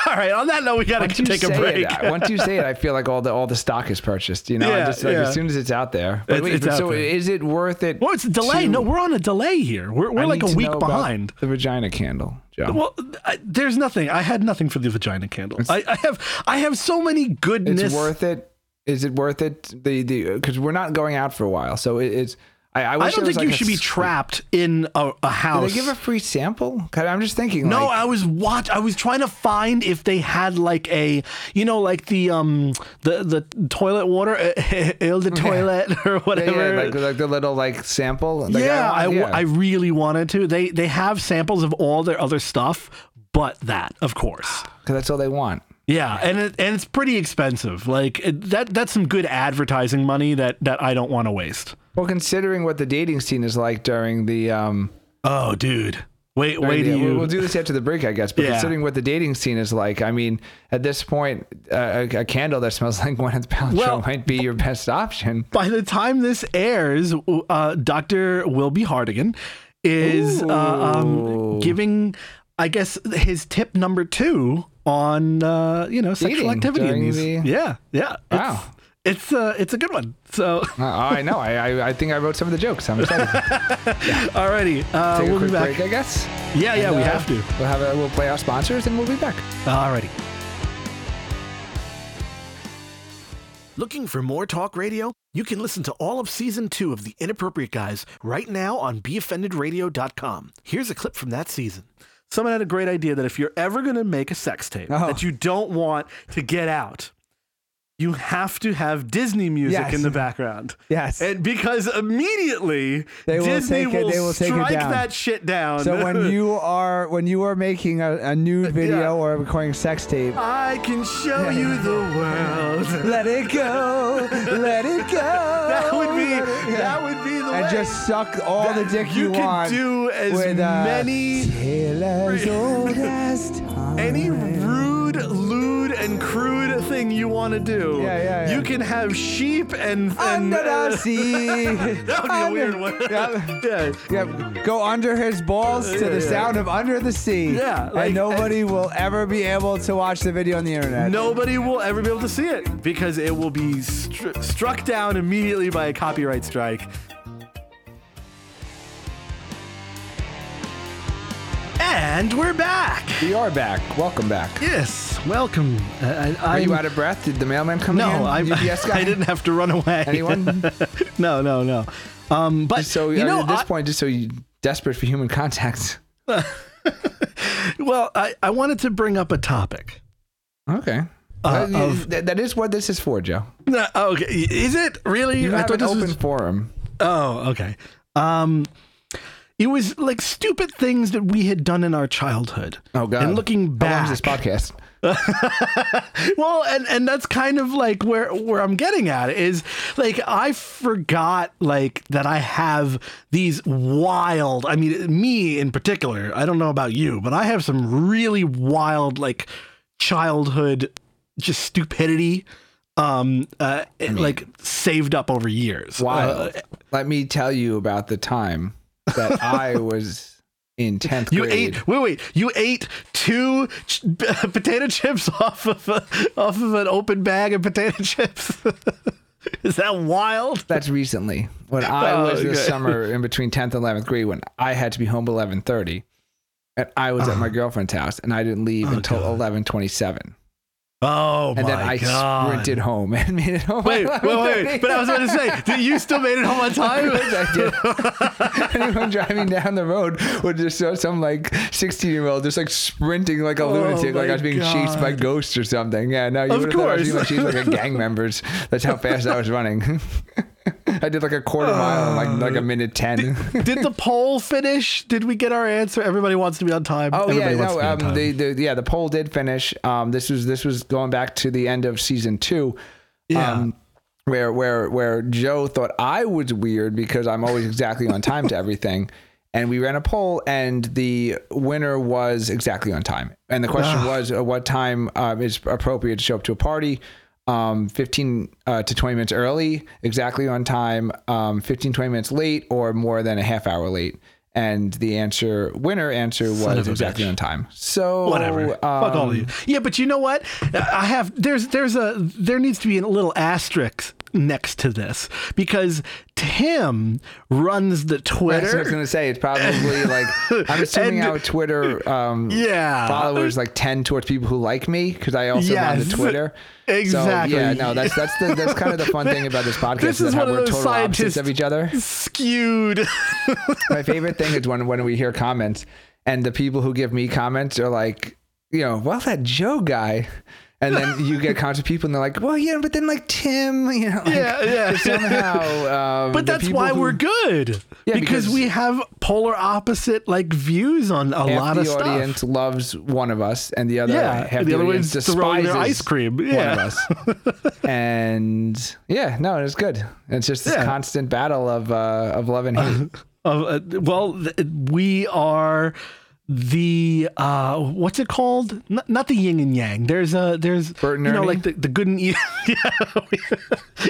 Speaker 1: all right. On that note, we got
Speaker 2: Once
Speaker 1: to
Speaker 2: you
Speaker 1: take a
Speaker 2: say
Speaker 1: break.
Speaker 2: It, I- once you say it, I feel like all the all the stock is purchased. You know, I
Speaker 1: Yeah,
Speaker 2: just like
Speaker 1: yeah.
Speaker 2: as soon as it's out there. But
Speaker 1: It's-
Speaker 2: wait,
Speaker 1: it's
Speaker 2: but
Speaker 1: out
Speaker 2: so
Speaker 1: there.
Speaker 2: is it worth it?
Speaker 1: well, it's a delay.
Speaker 2: to-
Speaker 1: No, we're on a delay here. We're we're
Speaker 2: I
Speaker 1: like
Speaker 2: need
Speaker 1: a
Speaker 2: to
Speaker 1: week
Speaker 2: know about
Speaker 1: behind.
Speaker 2: the vagina candle, Joe.
Speaker 1: Well, I, there's nothing. I had nothing for the vagina candle. I, I have I have so many
Speaker 2: it's
Speaker 1: goodness.
Speaker 2: worth it. Is it worth it? The the because we're not going out for a while, so it, it's. I, I, wish
Speaker 1: I
Speaker 2: it
Speaker 1: don't
Speaker 2: was
Speaker 1: think
Speaker 2: like
Speaker 1: you
Speaker 2: a
Speaker 1: should be
Speaker 2: s-
Speaker 1: trapped in a, a
Speaker 2: Do
Speaker 1: house.
Speaker 2: they give a free sample? 'Cause I'm just thinking.
Speaker 1: No,
Speaker 2: like,
Speaker 1: I was watch. I was trying to find if they had like a, you know, like the um the the toilet water, *laughs* il the toilet *laughs* or
Speaker 2: yeah, yeah,
Speaker 1: whatever. Yeah,
Speaker 2: like, like the little like sample. Like,
Speaker 1: I,
Speaker 2: want-
Speaker 1: w- I really wanted to. They they have samples of all their other stuff, but that, of course.
Speaker 2: 'Cause that's all they want.
Speaker 1: Yeah, and it, and it's pretty expensive. Like it, that that's some good advertising money that that I don't want to waste.
Speaker 2: Well, considering what the dating scene is like during the um,
Speaker 1: Oh, dude. Wait, wait,
Speaker 2: Yeah,
Speaker 1: do you?
Speaker 2: We'll, we'll do this after the break, I guess. But
Speaker 1: Yeah.
Speaker 2: considering what the dating scene is like, I mean, at this point, uh, a, a candle that smells *laughs* like Gwyneth Paltrow
Speaker 1: Well-
Speaker 2: *laughs* might be your best *laughs* option.
Speaker 1: by the time this airs, uh, Dr. Wilby Hardigan is uh, um,
Speaker 2: Ooh.
Speaker 1: giving, I guess, his tip number two on uh, you know sexual
Speaker 2: Dating
Speaker 1: activity. In
Speaker 2: during
Speaker 1: these.
Speaker 2: the-
Speaker 1: Yeah, yeah. It's,
Speaker 2: Wow.
Speaker 1: It's uh, it's a good one. So, *laughs*
Speaker 2: Uh, I know. I, I I think I wrote some of the jokes. I'm *laughs* excited.
Speaker 1: alrighty, uh,
Speaker 2: Take a
Speaker 1: we'll be
Speaker 2: quick
Speaker 1: back.
Speaker 2: break, I guess.
Speaker 1: Yeah, yeah,
Speaker 2: And,
Speaker 1: we
Speaker 2: uh,
Speaker 1: have to.
Speaker 2: We'll have a, we'll play our sponsors and we'll be back.
Speaker 1: Alrighty. Looking for more talk radio? You can listen to all of season two of The Inappropriate Guys right now on BeOffendedRadio.com. Here's a clip from that season. Someone had a great idea that if you're ever going to make a sex tape
Speaker 2: Oh.
Speaker 1: that you don't want to get out, you have to have Disney music
Speaker 2: Yes.
Speaker 1: in the background.
Speaker 2: Yes.
Speaker 1: And because immediately
Speaker 2: They will
Speaker 1: Disney
Speaker 2: take it-
Speaker 1: will,
Speaker 2: they will take it
Speaker 1: strike
Speaker 2: down.
Speaker 1: that shit down. *laughs*
Speaker 2: you are when you are making a, a *laughs* nude
Speaker 1: video yeah.
Speaker 2: or recording sex tape,
Speaker 1: I can show
Speaker 2: Yeah.
Speaker 1: you the world.
Speaker 2: let it go, let it *laughs* go.
Speaker 1: That would be that would be the way.
Speaker 2: and Oh, just suck all
Speaker 1: That-
Speaker 2: the dick
Speaker 1: you
Speaker 2: you,
Speaker 1: can
Speaker 2: want.
Speaker 1: do as
Speaker 2: with, uh,
Speaker 1: many- *laughs*
Speaker 2: Tale as old as time.
Speaker 1: any rude, lewd, and crude thing you want to do.
Speaker 2: Yeah, yeah, yeah.
Speaker 1: You can have sheep and and uh,
Speaker 2: under the sea.
Speaker 1: *laughs* that would be a
Speaker 2: Under-
Speaker 1: weird one.
Speaker 2: *laughs* Yep.
Speaker 1: yeah.
Speaker 2: Yep. Go under his balls to the
Speaker 1: yeah.
Speaker 2: sound of Under the Sea.
Speaker 1: Yeah, like-
Speaker 2: and nobody will ever be able to watch the video on the internet.
Speaker 1: Nobody will ever be able to see it because it will be str- struck down immediately by a copyright strike. And we're back.
Speaker 2: We are back. Welcome back.
Speaker 1: Yes, welcome. I, I,
Speaker 2: Are you
Speaker 1: Uh, I'm-
Speaker 2: out of breath? Did the mailman come in?
Speaker 1: No, I'm, *laughs*
Speaker 2: UPS guy?
Speaker 1: I didn't have to run away. *laughs*
Speaker 2: Anyone?
Speaker 1: no, no, no. Um, but
Speaker 2: so
Speaker 1: you
Speaker 2: I mean,
Speaker 1: know,
Speaker 2: at this
Speaker 1: I-
Speaker 2: point, just so you desperate for human contact. *laughs*
Speaker 1: well, I, I wanted to bring up a topic.
Speaker 2: Okay.
Speaker 1: Uh,
Speaker 2: That-
Speaker 1: of-
Speaker 2: that- that is what this is for, Joe.
Speaker 1: No, okay, is it really?
Speaker 2: You
Speaker 1: I
Speaker 2: have
Speaker 1: thought
Speaker 2: an
Speaker 1: this
Speaker 2: open
Speaker 1: was-
Speaker 2: forum.
Speaker 1: Oh, okay. Um, it was like stupid things that we had done in our childhood.
Speaker 2: Oh God!
Speaker 1: And looking back,
Speaker 2: how long is this podcast?
Speaker 1: well and and that's kind of like where where i'm getting at is like i forgot like that i have these wild i mean me in particular i don't know about you but i have some really wild like childhood just stupidity um uh like saved up over years
Speaker 2: Wild.
Speaker 1: Uh, *laughs*
Speaker 2: Let me tell you about the time that I was in 10th
Speaker 1: You
Speaker 2: grade.
Speaker 1: ate wait wait you ate two ch- *laughs* potato chips *laughs* off of a, off of an open bag of potato *laughs* chips. Is that wild?
Speaker 2: That's recently. When I
Speaker 1: Oh,
Speaker 2: was this
Speaker 1: okay.
Speaker 2: summer in between 10th and 11th grade when I had to be home by 11:30 and I was at my girlfriend's house and I didn't leave until 11:27.
Speaker 1: Oh
Speaker 2: And
Speaker 1: my
Speaker 2: then I
Speaker 1: god!
Speaker 2: sprinted home and *laughs* made it home.
Speaker 1: Wait,
Speaker 2: by
Speaker 1: wait, wait,
Speaker 2: 11:30. *laughs*
Speaker 1: wait! But I was about to say, that you still made it home on time.
Speaker 2: I did. *laughs* Anyone driving down the road would just saw some like 16 year old just like sprinting like a lunatic, like
Speaker 1: Oh my
Speaker 2: I was being chased by
Speaker 1: God.
Speaker 2: ghosts or something. Yeah, no, you
Speaker 1: Of
Speaker 2: would have thought I was being
Speaker 1: course.
Speaker 2: chased like
Speaker 1: *laughs*
Speaker 2: a gang members. That's how fast I was running. *laughs* I did like a quarter mile in like like a minute 10. *laughs*
Speaker 1: Did Uh, the poll finish? Did we get our answer? Everybody wants to be on time.
Speaker 2: Oh
Speaker 1: Everybody
Speaker 2: yeah,
Speaker 1: wants
Speaker 2: no,
Speaker 1: to be on
Speaker 2: um,
Speaker 1: time.
Speaker 2: the, the yeah the poll did finish. Um, this was this was going back to the end of season two. Um,
Speaker 1: Yeah.
Speaker 2: where where where Joe thought I was weird because I'm always exactly on time to everything, *laughs* and we ran a poll, and the winner was exactly on time. And the question was, uh, what time um, is appropriate to show up to a party? Um, 15 uh, to 20 minutes early, exactly on time. Um, 15 20 minutes late, or more than a half hour late. And the answer winner answer
Speaker 1: Son
Speaker 2: was
Speaker 1: of a
Speaker 2: exactly
Speaker 1: bitch.
Speaker 2: on time. So uh,
Speaker 1: whatever. Fuck all of
Speaker 2: um,
Speaker 1: you. Yeah, but you know what? I have there's there's a there needs to be a little asterisk next to this because Tim runs the
Speaker 2: That's what I was
Speaker 1: Twitter.
Speaker 2: gonna say. It's
Speaker 1: *laughs*
Speaker 2: probably like I'm assuming
Speaker 1: And-
Speaker 2: our Twitter um,
Speaker 1: *laughs* Yeah.
Speaker 2: followers like tend towards people who like me because I also run
Speaker 1: Yes.
Speaker 2: the
Speaker 1: *laughs*
Speaker 2: Twitter.
Speaker 1: Exactly.
Speaker 2: So, yeah, no, that's that's the that's kind of the fun
Speaker 1: *laughs*
Speaker 2: thing about this podcast.
Speaker 1: This is
Speaker 2: how
Speaker 1: one of
Speaker 2: we're
Speaker 1: those
Speaker 2: total
Speaker 1: scientists-
Speaker 2: opposites of
Speaker 1: *laughs*
Speaker 2: each other.
Speaker 1: Skewed. *laughs*
Speaker 2: My favorite thing is when when we hear comments and the people who give me comments are like, you know, well that Joe guy. And
Speaker 1: *laughs*
Speaker 2: then you get comments of people, and they're like, "Well, yeah, but then like Tim, you know, like,
Speaker 1: Yeah, yeah.
Speaker 2: just somehow."
Speaker 1: *laughs*
Speaker 2: Um,
Speaker 1: But
Speaker 2: the
Speaker 1: that's
Speaker 2: people
Speaker 1: why
Speaker 2: who-
Speaker 1: we're good.
Speaker 2: Yeah,
Speaker 1: because,
Speaker 2: because-
Speaker 1: we have polar opposite like views on a
Speaker 2: half
Speaker 1: lot
Speaker 2: the
Speaker 1: of stuff.
Speaker 2: audience loves one of us, and the other
Speaker 1: Yeah,
Speaker 2: half
Speaker 1: the other
Speaker 2: audience
Speaker 1: one's throwing
Speaker 2: despises
Speaker 1: their ice cream.
Speaker 2: One
Speaker 1: Yeah. *laughs*
Speaker 2: of us. and yeah, no, it's good. It's just this
Speaker 1: Yeah.
Speaker 2: constant battle of uh, of love
Speaker 1: *laughs*
Speaker 2: and hate.
Speaker 1: Of, uh, well, th- we are the uh, what's it called? N- not the yin and yang. There's a there's
Speaker 2: Bert and
Speaker 1: you know
Speaker 2: Ernie?
Speaker 1: like the, the good and evil. *laughs* yeah.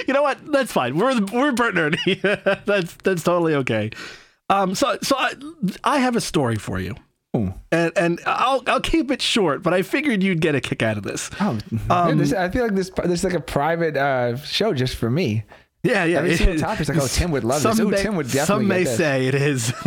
Speaker 1: you know what? That's fine. We're the, we're Bert and Ernie. *laughs* that's that's totally okay. Um, so so I I have a story for you. And, and I'll I'll keep it short, but I figured you'd get a kick out of this.
Speaker 2: Oh, man, this, I feel like this this is like a private uh, show just for me.
Speaker 1: Yeah, yeah.
Speaker 2: Every
Speaker 1: it
Speaker 2: single
Speaker 1: is.
Speaker 2: topic is like, oh, Tim would love this. Oh, Tim would definitely
Speaker 1: Some
Speaker 2: get
Speaker 1: may
Speaker 2: this.
Speaker 1: say it
Speaker 2: *laughs*
Speaker 1: is. Um, *laughs*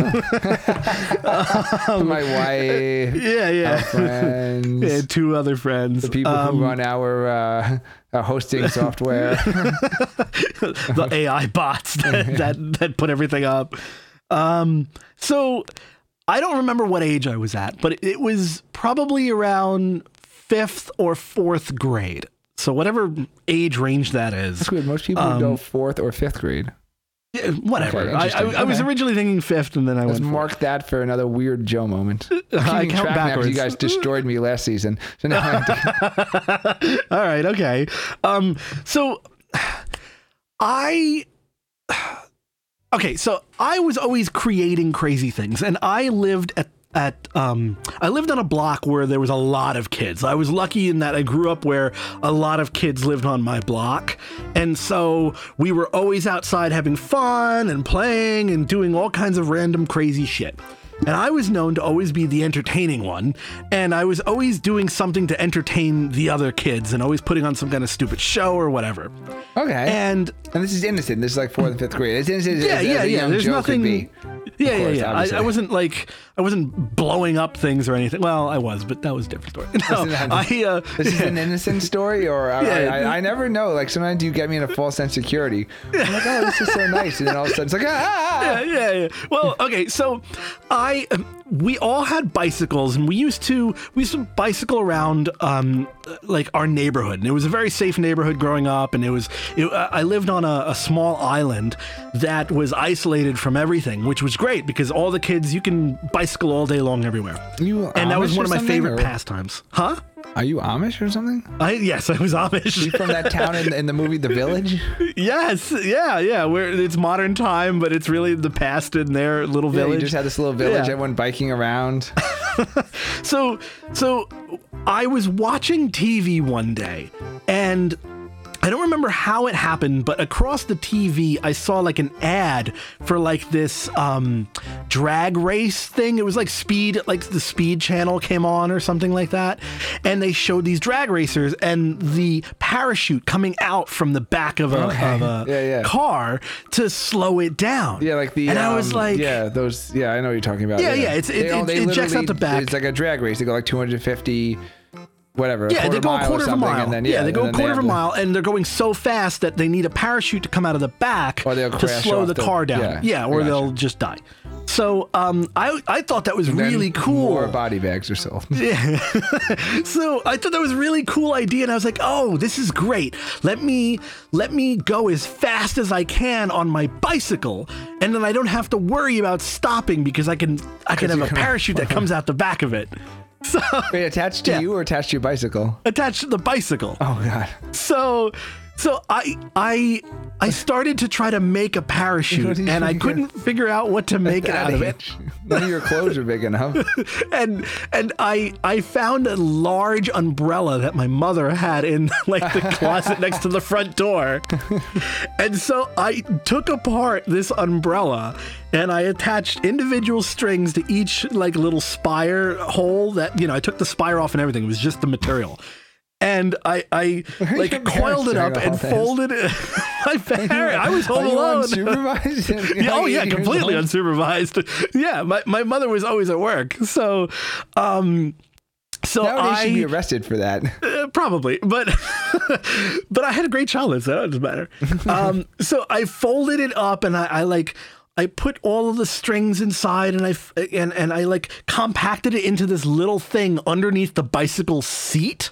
Speaker 2: My wife,
Speaker 1: yeah, yeah.
Speaker 2: friends,
Speaker 1: Yeah, Um, two other friends.
Speaker 2: the people who run our, uh,
Speaker 1: *laughs*
Speaker 2: our hosting software.
Speaker 1: Uh, the AI
Speaker 2: *laughs*
Speaker 1: bots that, that that put everything up. Um, so I don't remember what age I was at, but it was probably around fifth or fourth grade. So whatever age range that is,
Speaker 2: It's weird. Most people go fourth or fifth grade.
Speaker 1: Yeah, whatever.
Speaker 2: Okay,
Speaker 1: I, I,
Speaker 2: interesting.
Speaker 1: I was
Speaker 2: Okay.
Speaker 1: originally thinking fifth, and then I
Speaker 2: Let's
Speaker 1: went. fourth.
Speaker 2: mark that for another weird Joe moment.
Speaker 1: *laughs* I
Speaker 2: Keeping
Speaker 1: count
Speaker 2: track now 'cause You
Speaker 1: backwards.
Speaker 2: guys destroyed me last season, so now
Speaker 1: *laughs*
Speaker 2: I'm
Speaker 1: *laughs* All right, okay. Um, so I *sighs* okay, so I was always creating crazy things, and I lived at at um, I lived on a block where there was a lot of kids. I was lucky in that I grew up where a lot of kids lived on my block, and so we were always outside having fun and playing and doing all kinds of random crazy shit. And I was known to always be the entertaining one, and I was always doing something to entertain the other kids and always putting on some kind of stupid show or whatever.
Speaker 2: okay. And,
Speaker 1: And
Speaker 2: this is innocent. This is like fourth and fifth grade. It's innocent.
Speaker 1: yeah,
Speaker 2: as,
Speaker 1: yeah,
Speaker 2: as a
Speaker 1: yeah.
Speaker 2: young
Speaker 1: There's
Speaker 2: Joe
Speaker 1: nothing.
Speaker 2: Could be.
Speaker 1: Yeah,
Speaker 2: course,
Speaker 1: yeah, yeah. I,
Speaker 2: obviously.
Speaker 1: I wasn't like I wasn't blowing up things or anything. Well, I was, but that was a different story. *laughs* No,
Speaker 2: Listen,
Speaker 1: I. Uh, *laughs*
Speaker 2: This is an innocent story, or I,
Speaker 1: Yeah.
Speaker 2: I, I, I never know. Like sometimes you get me in a false sense of security. I'm like, oh, this is so nice, and then all of a sudden it's like, ah,
Speaker 1: yeah, yeah, yeah. Well, okay. So, I um, we all had bicycles, and we used to we used to bicycle around um like our neighborhood, and it was a very safe neighborhood growing up, and it was it, I lived on a, a small island that was isolated from everything, which was great because all the kids you can bicycle all day long everywhere.
Speaker 2: You
Speaker 1: and that was
Speaker 2: Amish
Speaker 1: one
Speaker 2: or
Speaker 1: of my
Speaker 2: something,
Speaker 1: favorite
Speaker 2: or-
Speaker 1: pastimes, huh?
Speaker 2: are you Amish or something?
Speaker 1: I yes, I was *laughs* Amish.
Speaker 2: From that town in, in the movie The Village.
Speaker 1: yes, yeah, yeah. Where it's modern time, but it's really the past in their little
Speaker 2: Yeah, you
Speaker 1: village.
Speaker 2: just had this little village.
Speaker 1: Yeah.
Speaker 2: Everyone biking around.
Speaker 1: so, so I was watching TV one day, and. I don't remember how it happened, but across the TV, I saw like an ad for like this um, drag race thing. It was like speed, like the speed channel came on or something like that. And they showed these drag racers and the parachute coming out from the back of a, of a
Speaker 2: Yeah, yeah.
Speaker 1: car to slow it down.
Speaker 2: Yeah, like the
Speaker 1: And I was
Speaker 2: um,
Speaker 1: like,
Speaker 2: yeah, those yeah, I know what you're talking about.
Speaker 1: Yeah, yeah, it's- it-
Speaker 2: They all-
Speaker 1: it-
Speaker 2: they
Speaker 1: it jacks out
Speaker 2: literally-
Speaker 1: the back.
Speaker 2: It's like a drag race. They go like 250, whatever.
Speaker 1: Yeah, they go a
Speaker 2: mile or
Speaker 1: quarter of a
Speaker 2: something,
Speaker 1: mile.
Speaker 2: And then,
Speaker 1: yeah,
Speaker 2: yeah,
Speaker 1: they
Speaker 2: and
Speaker 1: go a
Speaker 2: then
Speaker 1: quarter of a
Speaker 2: have the-
Speaker 1: mile, and they're going so fast that they need a parachute to come out of the back
Speaker 2: Or they'll
Speaker 1: to
Speaker 2: crash
Speaker 1: slow
Speaker 2: off
Speaker 1: the
Speaker 2: the-
Speaker 1: car down.
Speaker 2: yeah,
Speaker 1: or
Speaker 2: I gotcha.
Speaker 1: they'll just die. So um, I I thought that was
Speaker 2: Then
Speaker 1: really cool.
Speaker 2: More body bags are sold.
Speaker 1: *laughs* Yeah. so I thought that was a really cool idea, and I was like, "Oh, this is great. Let me let me go as fast as I can on my bicycle, and then I don't have to worry about stopping because I can I can have a parachute that
Speaker 2: *laughs*
Speaker 1: comes out the back of it." So
Speaker 2: *laughs* Wait, attached to
Speaker 1: Yeah.
Speaker 2: you or attached to your bicycle?
Speaker 1: attached to the bicycle.
Speaker 2: Oh god,
Speaker 1: So, so I I I started to try to make a parachute,
Speaker 2: What are you
Speaker 1: and I
Speaker 2: thinking?
Speaker 1: couldn't figure out what to make out of it.
Speaker 2: None of your clothes are
Speaker 1: *laughs*
Speaker 2: big enough.
Speaker 1: And and I I found a large umbrella that my mother had in *laughs* like the closet next to the front
Speaker 2: *laughs*
Speaker 1: door, and so I took apart this umbrella and I attached individual strings to each like little spire hole that you know I took the spire off and everything. It was just the material. And I, I
Speaker 2: are your
Speaker 1: like
Speaker 2: parents
Speaker 1: coiled it
Speaker 2: during
Speaker 1: up
Speaker 2: all
Speaker 1: and
Speaker 2: this?
Speaker 1: folded it. *laughs*
Speaker 2: *laughs*
Speaker 1: my parents, I was home
Speaker 2: Are you
Speaker 1: alone. *laughs*
Speaker 2: unsupervised? *laughs*
Speaker 1: Yeah, oh
Speaker 2: Eight
Speaker 1: yeah,
Speaker 2: years
Speaker 1: completely
Speaker 2: old?
Speaker 1: unsupervised. *laughs* Yeah, my, my mother was always at work, so um, so
Speaker 2: Nowadays,
Speaker 1: I
Speaker 2: you should be arrested for that. *laughs*
Speaker 1: uh, probably, but *laughs* but I had a great childhood, so that doesn't
Speaker 2: *laughs*
Speaker 1: matter. Um, so I folded it up and I, I like I put all of the strings inside and I f- and and I like compacted it into this little thing underneath the bicycle seat.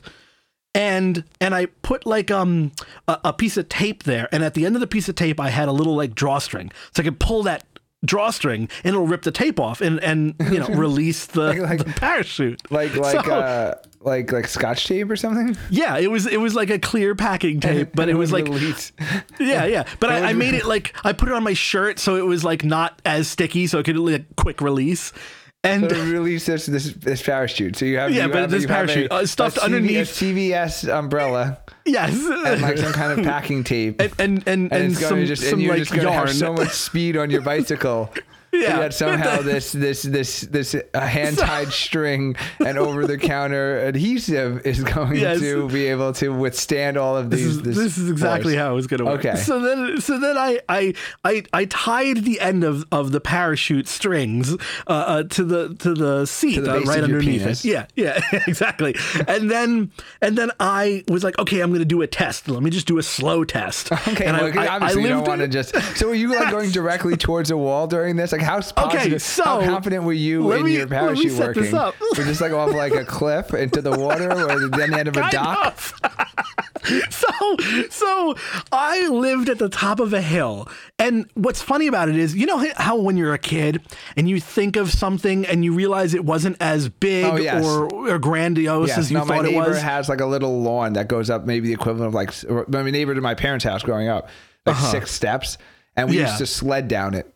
Speaker 1: And and I put like um a, a piece of tape there, and at the end of the piece of tape, I had a little like drawstring, so I could pull that drawstring, and it'll rip the tape off, and and you
Speaker 2: *laughs*
Speaker 1: know release the,
Speaker 2: like-
Speaker 1: the parachute.
Speaker 2: Like
Speaker 1: *laughs*
Speaker 2: like
Speaker 1: So-
Speaker 2: uh like like scotch tape or something.
Speaker 1: yeah, it was it was like a clear
Speaker 2: *laughs*
Speaker 1: packing tape, but it was like
Speaker 2: Elite.
Speaker 1: yeah, yeah. But I, I
Speaker 2: would-
Speaker 1: made it like I put it on my shirt so it was like not as sticky, so it could like quick release.
Speaker 2: *laughs*
Speaker 1: And
Speaker 2: release this this this parachute. So you have
Speaker 1: Yeah,
Speaker 2: you
Speaker 1: but
Speaker 2: have,
Speaker 1: this
Speaker 2: you have
Speaker 1: parachute,
Speaker 2: a,
Speaker 1: uh, stuffed
Speaker 2: a CV
Speaker 1: underneath-
Speaker 2: a CVS umbrella
Speaker 1: *laughs* yes,
Speaker 2: and like some kind of packing
Speaker 1: *laughs*
Speaker 2: tape.
Speaker 1: and and and,
Speaker 2: and, it's
Speaker 1: some
Speaker 2: gonna just
Speaker 1: some
Speaker 2: and you're
Speaker 1: like
Speaker 2: just gonna
Speaker 1: yarn.
Speaker 2: have so much
Speaker 1: *laughs*
Speaker 2: speed on your bicycle.
Speaker 1: Yeah.
Speaker 2: Yet somehow this this this this uh, hand
Speaker 1: *laughs*
Speaker 2: tied string and over the counter adhesive is going
Speaker 1: Yes.
Speaker 2: to be able to withstand all of
Speaker 1: this
Speaker 2: these.
Speaker 1: is, this is exactly how it was going to work.
Speaker 2: Okay.
Speaker 1: So then, so then I, I, I, I tied the end of, of the parachute strings uh, uh, to the to the seat
Speaker 2: the
Speaker 1: uh,
Speaker 2: base
Speaker 1: right
Speaker 2: of your
Speaker 1: underneath
Speaker 2: penis.
Speaker 1: it. Yeah, yeah, *laughs* exactly. and then and then I was like, okay, I'm going to do a test. Let me just do a slow test.
Speaker 2: *laughs* Okay,
Speaker 1: and
Speaker 2: well, 'cause obviously you don't
Speaker 1: lived
Speaker 2: want to
Speaker 1: in-
Speaker 2: just. So were you
Speaker 1: *laughs*
Speaker 2: like going directly towards a wall during this? Like how positive,
Speaker 1: so
Speaker 2: how confident were you
Speaker 1: let
Speaker 2: in
Speaker 1: me-
Speaker 2: your
Speaker 1: let me
Speaker 2: parachute
Speaker 1: set
Speaker 2: working?
Speaker 1: this up.
Speaker 2: Were just like off like a cliff into the water or the
Speaker 1: *laughs*
Speaker 2: end of a
Speaker 1: Kind
Speaker 2: dock?
Speaker 1: of. *laughs* so, so I lived at the top of a hill, and what's funny about it is, you know how when you're a kid and you think of something and you realize it wasn't as big
Speaker 2: Oh, yes.
Speaker 1: or, or grandiose
Speaker 2: Yes,
Speaker 1: as you
Speaker 2: no, my
Speaker 1: thought it
Speaker 2: neighbor
Speaker 1: was.
Speaker 2: has like a little lawn that goes up maybe the equivalent of like s- or- my neighbor to my parents' house growing up, like six steps, and we
Speaker 1: Uh-huh. Yeah.
Speaker 2: used to sled down it.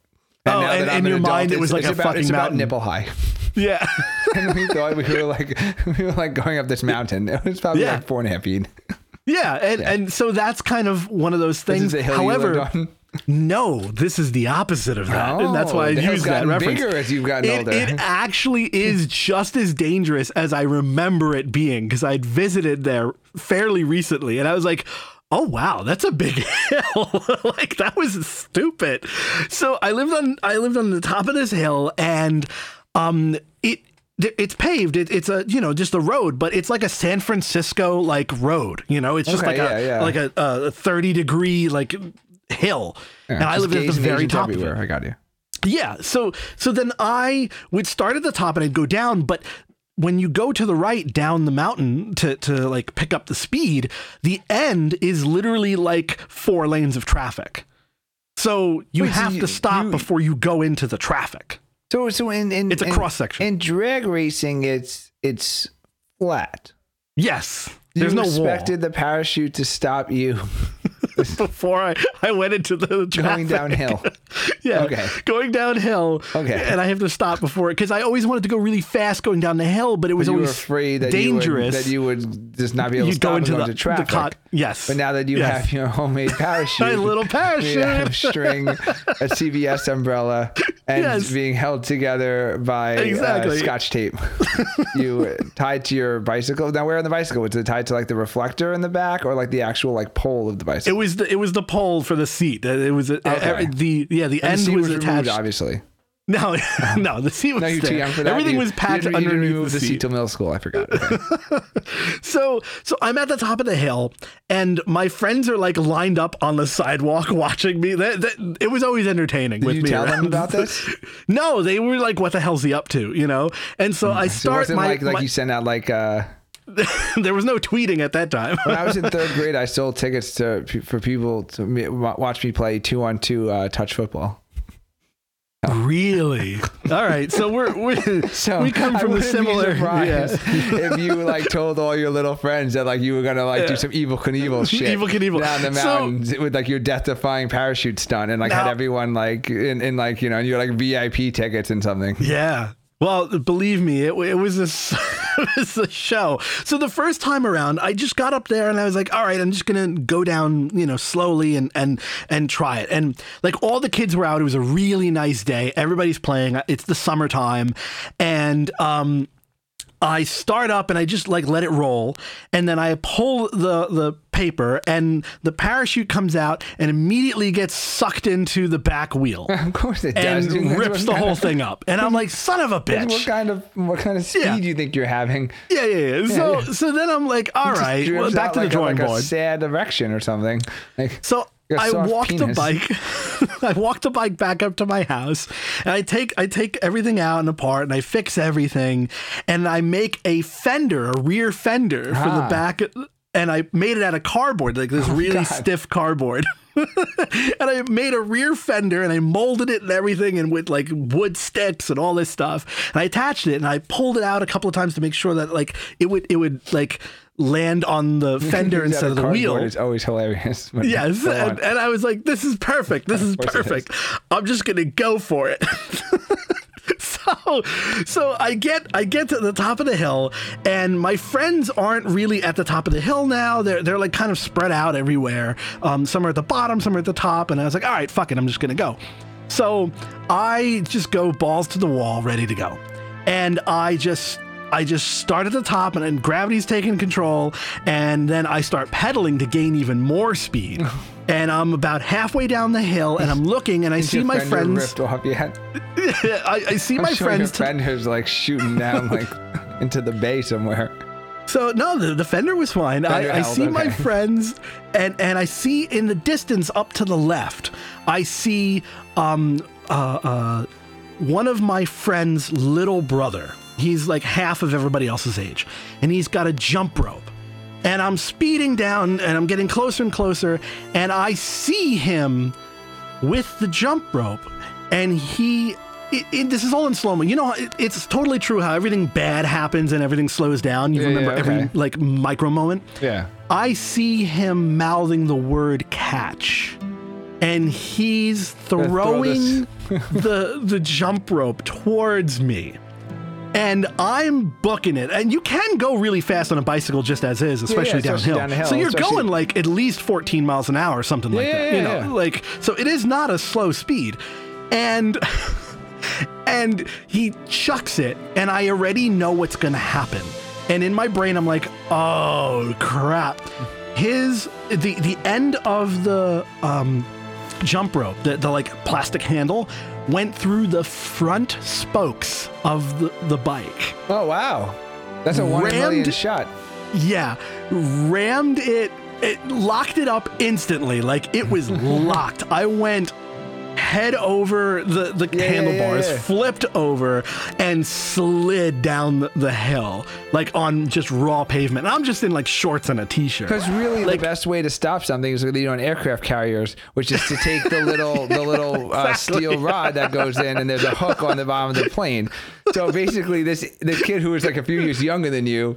Speaker 1: Oh,
Speaker 2: now
Speaker 1: and-
Speaker 2: that I'm
Speaker 1: and
Speaker 2: an
Speaker 1: your mind, it
Speaker 2: it's-
Speaker 1: was like
Speaker 2: it's
Speaker 1: a
Speaker 2: about, it's
Speaker 1: fucking
Speaker 2: about
Speaker 1: mountain.
Speaker 2: nipple high. *laughs*
Speaker 1: yeah. *laughs*
Speaker 2: and we thought we were like *laughs* we were like going up this mountain. It was probably
Speaker 1: Yeah.
Speaker 2: like four and a half feet. *laughs*
Speaker 1: Yeah, and, and so that's kind of one of those things.
Speaker 2: is the hill you
Speaker 1: However,
Speaker 2: lived on?
Speaker 1: no, this is the opposite of that, and that's why I
Speaker 2: Oh, the hill's
Speaker 1: use that
Speaker 2: gotten
Speaker 1: reference.
Speaker 2: bigger as you've gotten
Speaker 1: it,
Speaker 2: older.
Speaker 1: it actually is just as dangerous as I remember it being because I'd visited there fairly recently, and I was like. Oh wow, that's a big *laughs* hill. like that was stupid. So I lived on I lived on the top of this hill, and um, it th- it's paved. It, it's a you know just a road, but it's like a San Francisco like road. You know, it's just
Speaker 2: Okay,
Speaker 1: like a
Speaker 2: yeah, yeah.
Speaker 1: like a, a thirty degree like hill, and I
Speaker 2: Just
Speaker 1: lived at the
Speaker 2: gays and
Speaker 1: very
Speaker 2: Asians
Speaker 1: top of it.
Speaker 2: everywhere. I got you.
Speaker 1: Yeah. So so then I would start at the top and I'd go down, but when you go to the right down the mountain to to like pick up the speed, the end is literally like four lanes of traffic. So you
Speaker 2: Wait, so
Speaker 1: have
Speaker 2: you-
Speaker 1: to stop
Speaker 2: you-
Speaker 1: before you go into the traffic.
Speaker 2: So so in, in
Speaker 1: It's a
Speaker 2: in-
Speaker 1: cross-section.
Speaker 2: In drag racing, it's it's flat.
Speaker 1: Yes. There's
Speaker 2: you
Speaker 1: no wall. *laughs*
Speaker 2: expected the parachute to stop you
Speaker 1: before I, I went into the
Speaker 2: going
Speaker 1: traffic.
Speaker 2: downhill.
Speaker 1: *laughs* yeah,
Speaker 2: Okay.
Speaker 1: going downhill.
Speaker 2: Okay.
Speaker 1: and I have to stop before it because I always wanted to go really fast going down the hill, but it was
Speaker 2: You were
Speaker 1: always
Speaker 2: afraid that
Speaker 1: dangerous.
Speaker 2: You would, that you would just not be able to
Speaker 1: You'd
Speaker 2: stop
Speaker 1: go
Speaker 2: and
Speaker 1: into
Speaker 2: go
Speaker 1: the,
Speaker 2: into
Speaker 1: the
Speaker 2: traffic.
Speaker 1: cot- yes, *laughs*
Speaker 2: But now that you
Speaker 1: Yes.
Speaker 2: have your
Speaker 1: *laughs*
Speaker 2: homemade parachute,
Speaker 1: My
Speaker 2: *laughs*
Speaker 1: little
Speaker 2: made out of
Speaker 1: parachute.
Speaker 2: string, a CVS umbrella, and
Speaker 1: Yes.
Speaker 2: being held together by uh,
Speaker 1: Exactly.
Speaker 2: scotch tape, you uh, tied to your bicycle. Now, where on the bicycle was it tied to like the reflector in the back or like the actual like pole of the
Speaker 1: It
Speaker 2: bicycle?
Speaker 1: was the it was the pole for the seat. Uh, It was uh, uh,
Speaker 2: Okay.
Speaker 1: the yeah the
Speaker 2: The
Speaker 1: end
Speaker 2: seat
Speaker 1: was,
Speaker 2: removed,
Speaker 1: attached.
Speaker 2: obviously.
Speaker 1: no, no, *laughs* the seat was
Speaker 2: No, you're too
Speaker 1: there.
Speaker 2: young for that.
Speaker 1: Everything
Speaker 2: You-
Speaker 1: was
Speaker 2: you
Speaker 1: packed
Speaker 2: didn't- you didn't
Speaker 1: underneath
Speaker 2: remove the seat till middle school. I
Speaker 1: *laughs*
Speaker 2: forgot. Okay.
Speaker 1: So so I'm at the top of the hill, and my friends are like lined up on the sidewalk *laughs* watching me. That, that, it was always entertaining with
Speaker 2: you
Speaker 1: me.
Speaker 2: tell them
Speaker 1: around.
Speaker 2: about this?
Speaker 1: *laughs* no, they were like, "What the hell's he up to?" You know. And so I
Speaker 2: Hmm, So it
Speaker 1: start
Speaker 2: wasn't
Speaker 1: my,
Speaker 2: like like
Speaker 1: my-
Speaker 2: you sent out like. uh
Speaker 1: *laughs* there was no tweeting at that time.
Speaker 2: when I was in third grade, I sold tickets to for people to me, wa- watch me play two on two uh, touch football.
Speaker 1: really? All right. So we're, we're
Speaker 2: *laughs* So
Speaker 1: we come
Speaker 2: I
Speaker 1: from a
Speaker 2: wouldn't be
Speaker 1: similar.
Speaker 2: surprised
Speaker 1: *laughs* yeah.
Speaker 2: if you like told all your little friends that like you were gonna like do some evil Knievel shit,
Speaker 1: Evel Knievel.
Speaker 2: down the
Speaker 1: So-
Speaker 2: mountains with like your death-defying parachute stunt, and like had
Speaker 1: Now-
Speaker 2: everyone like in, in like you know, and you had like VIP tickets
Speaker 1: *laughs*
Speaker 2: and something. *laughs*
Speaker 1: Yeah. Well, believe me, it, it was this *laughs* it was a show. So the first time around, I just got up there and I was like, "All right, I'm just gonna go down, you know, slowly and and and try it." And like all the kids were out. It was a really nice day. Everybody's playing. It's the summertime, and um, I start up and I just like let it roll, and then I pull the the paper, and the parachute comes out and immediately gets sucked into the back wheel
Speaker 2: Of course it does.
Speaker 1: and
Speaker 2: Dude, that's
Speaker 1: rips
Speaker 2: what
Speaker 1: the
Speaker 2: kind
Speaker 1: whole
Speaker 2: of-
Speaker 1: thing up. And I'm like, son
Speaker 2: *laughs*
Speaker 1: of a
Speaker 2: What
Speaker 1: bitch.
Speaker 2: kind of what kind of speed
Speaker 1: Yeah.
Speaker 2: do you think you're having?
Speaker 1: Yeah, yeah, yeah. So, so then I'm like, all
Speaker 2: Just
Speaker 1: right, well,
Speaker 2: drifts
Speaker 1: back
Speaker 2: out
Speaker 1: to the
Speaker 2: like a-
Speaker 1: drawing
Speaker 2: like
Speaker 1: board.
Speaker 2: A sad erection or something. Like
Speaker 1: So
Speaker 2: Like a
Speaker 1: I
Speaker 2: soft
Speaker 1: walk the
Speaker 2: penis.
Speaker 1: bike. *laughs* I walk the bike back up to my house, and I take I take everything out and apart, and I fix everything, and I make a fender, a rear fender for
Speaker 2: Ah. Oh
Speaker 1: the back, and I made it out of cardboard, like this really stiff cardboard. *laughs* and I made a rear fender and I molded it and everything and with like wood sticks and all this stuff. And I attached it and I pulled it out a couple of times to make sure that like it would it would like land on
Speaker 2: *laughs*
Speaker 1: the *laughs* fender
Speaker 2: Things out
Speaker 1: instead of the wheel.
Speaker 2: cardboard is always hilarious. *laughs*
Speaker 1: *laughs*
Speaker 2: but
Speaker 1: Yes,
Speaker 2: go on.
Speaker 1: and, and I was like, "This is perfect. This is
Speaker 2: course it is.
Speaker 1: perfect. I'm just gonna go for it." *laughs* so, so I get I get to the top of the hill, and my friends aren't really at the top of the hill now. They're they're like kind of spread out everywhere. Um, some are at the bottom, some are at the top, and I was like, "All right, fuck it. I'm just gonna go." So I just go balls to the wall, ready to go, and I just. I just start at the top and then gravity's taking control, and then I start pedaling to gain even more
Speaker 2: *laughs*
Speaker 1: speed. and I'm about halfway down the hill, and I'm looking, and I see
Speaker 2: Your
Speaker 1: my
Speaker 2: fender
Speaker 1: friends.
Speaker 2: ripped off yet.
Speaker 1: *laughs* I, I see
Speaker 2: I'm
Speaker 1: my
Speaker 2: sure
Speaker 1: friends.
Speaker 2: Your
Speaker 1: to-
Speaker 2: friend who's like shooting *laughs* down like into the bay somewhere.
Speaker 1: so no, the, the fender was fine.
Speaker 2: Fender
Speaker 1: I, I
Speaker 2: held,
Speaker 1: see my
Speaker 2: okay.
Speaker 1: friends, and and I see in the distance up to the left, I see um uh uh one of my friend's little brother. He's like half of everybody else's age, and he's got a jump rope. And I'm speeding down, and I'm getting closer and closer, and I see him with the jump rope, and he. It, it, this is all in slow mo. You know, it, it's totally true how everything bad happens and everything slows down. You
Speaker 2: Yeah,
Speaker 1: remember
Speaker 2: yeah, okay.
Speaker 1: every like micro moment.
Speaker 2: Yeah.
Speaker 1: I see him mouthing the word catch, and he's
Speaker 2: *laughs* throw
Speaker 1: throwing
Speaker 2: this-
Speaker 1: the the jump rope towards me. And I'm booking it. And you can go really fast on a bicycle just as is, especially,
Speaker 2: especially
Speaker 1: downhill.
Speaker 2: downhill,
Speaker 1: So you're
Speaker 2: especially-
Speaker 1: going like at least 14 miles an hour or something like
Speaker 2: Yeah,
Speaker 1: that.
Speaker 2: yeah,
Speaker 1: you know,
Speaker 2: yeah.
Speaker 1: like so it is not a slow speed. And *laughs* and he chucks it and I already know what's going to happen. And in my brain I'm like, "Oh crap." His the the end of the um jump rope, the, the like plastic handle, went through the front spokes of the, the bike.
Speaker 2: Oh wow, that's a one in a million
Speaker 1: Rammed-
Speaker 2: shot.
Speaker 1: Yeah, rammed it, it locked it up instantly. Like it
Speaker 2: *laughs*
Speaker 1: was locked. I went head over the, the
Speaker 2: yeah,
Speaker 1: handlebars,
Speaker 2: yeah.
Speaker 1: flipped over, and slid down the, the hill, like on just raw pavement. And I'm just in like shorts and a t shirt.
Speaker 2: Because really, the best way to stop something is with you know an aircraft carriers, which is to take the little the little uh, *laughs*
Speaker 1: Exactly.
Speaker 2: steel rod that goes in, and there's a hook on the bottom of the plane. So basically, this the kid who was like a few years younger than *laughs* you,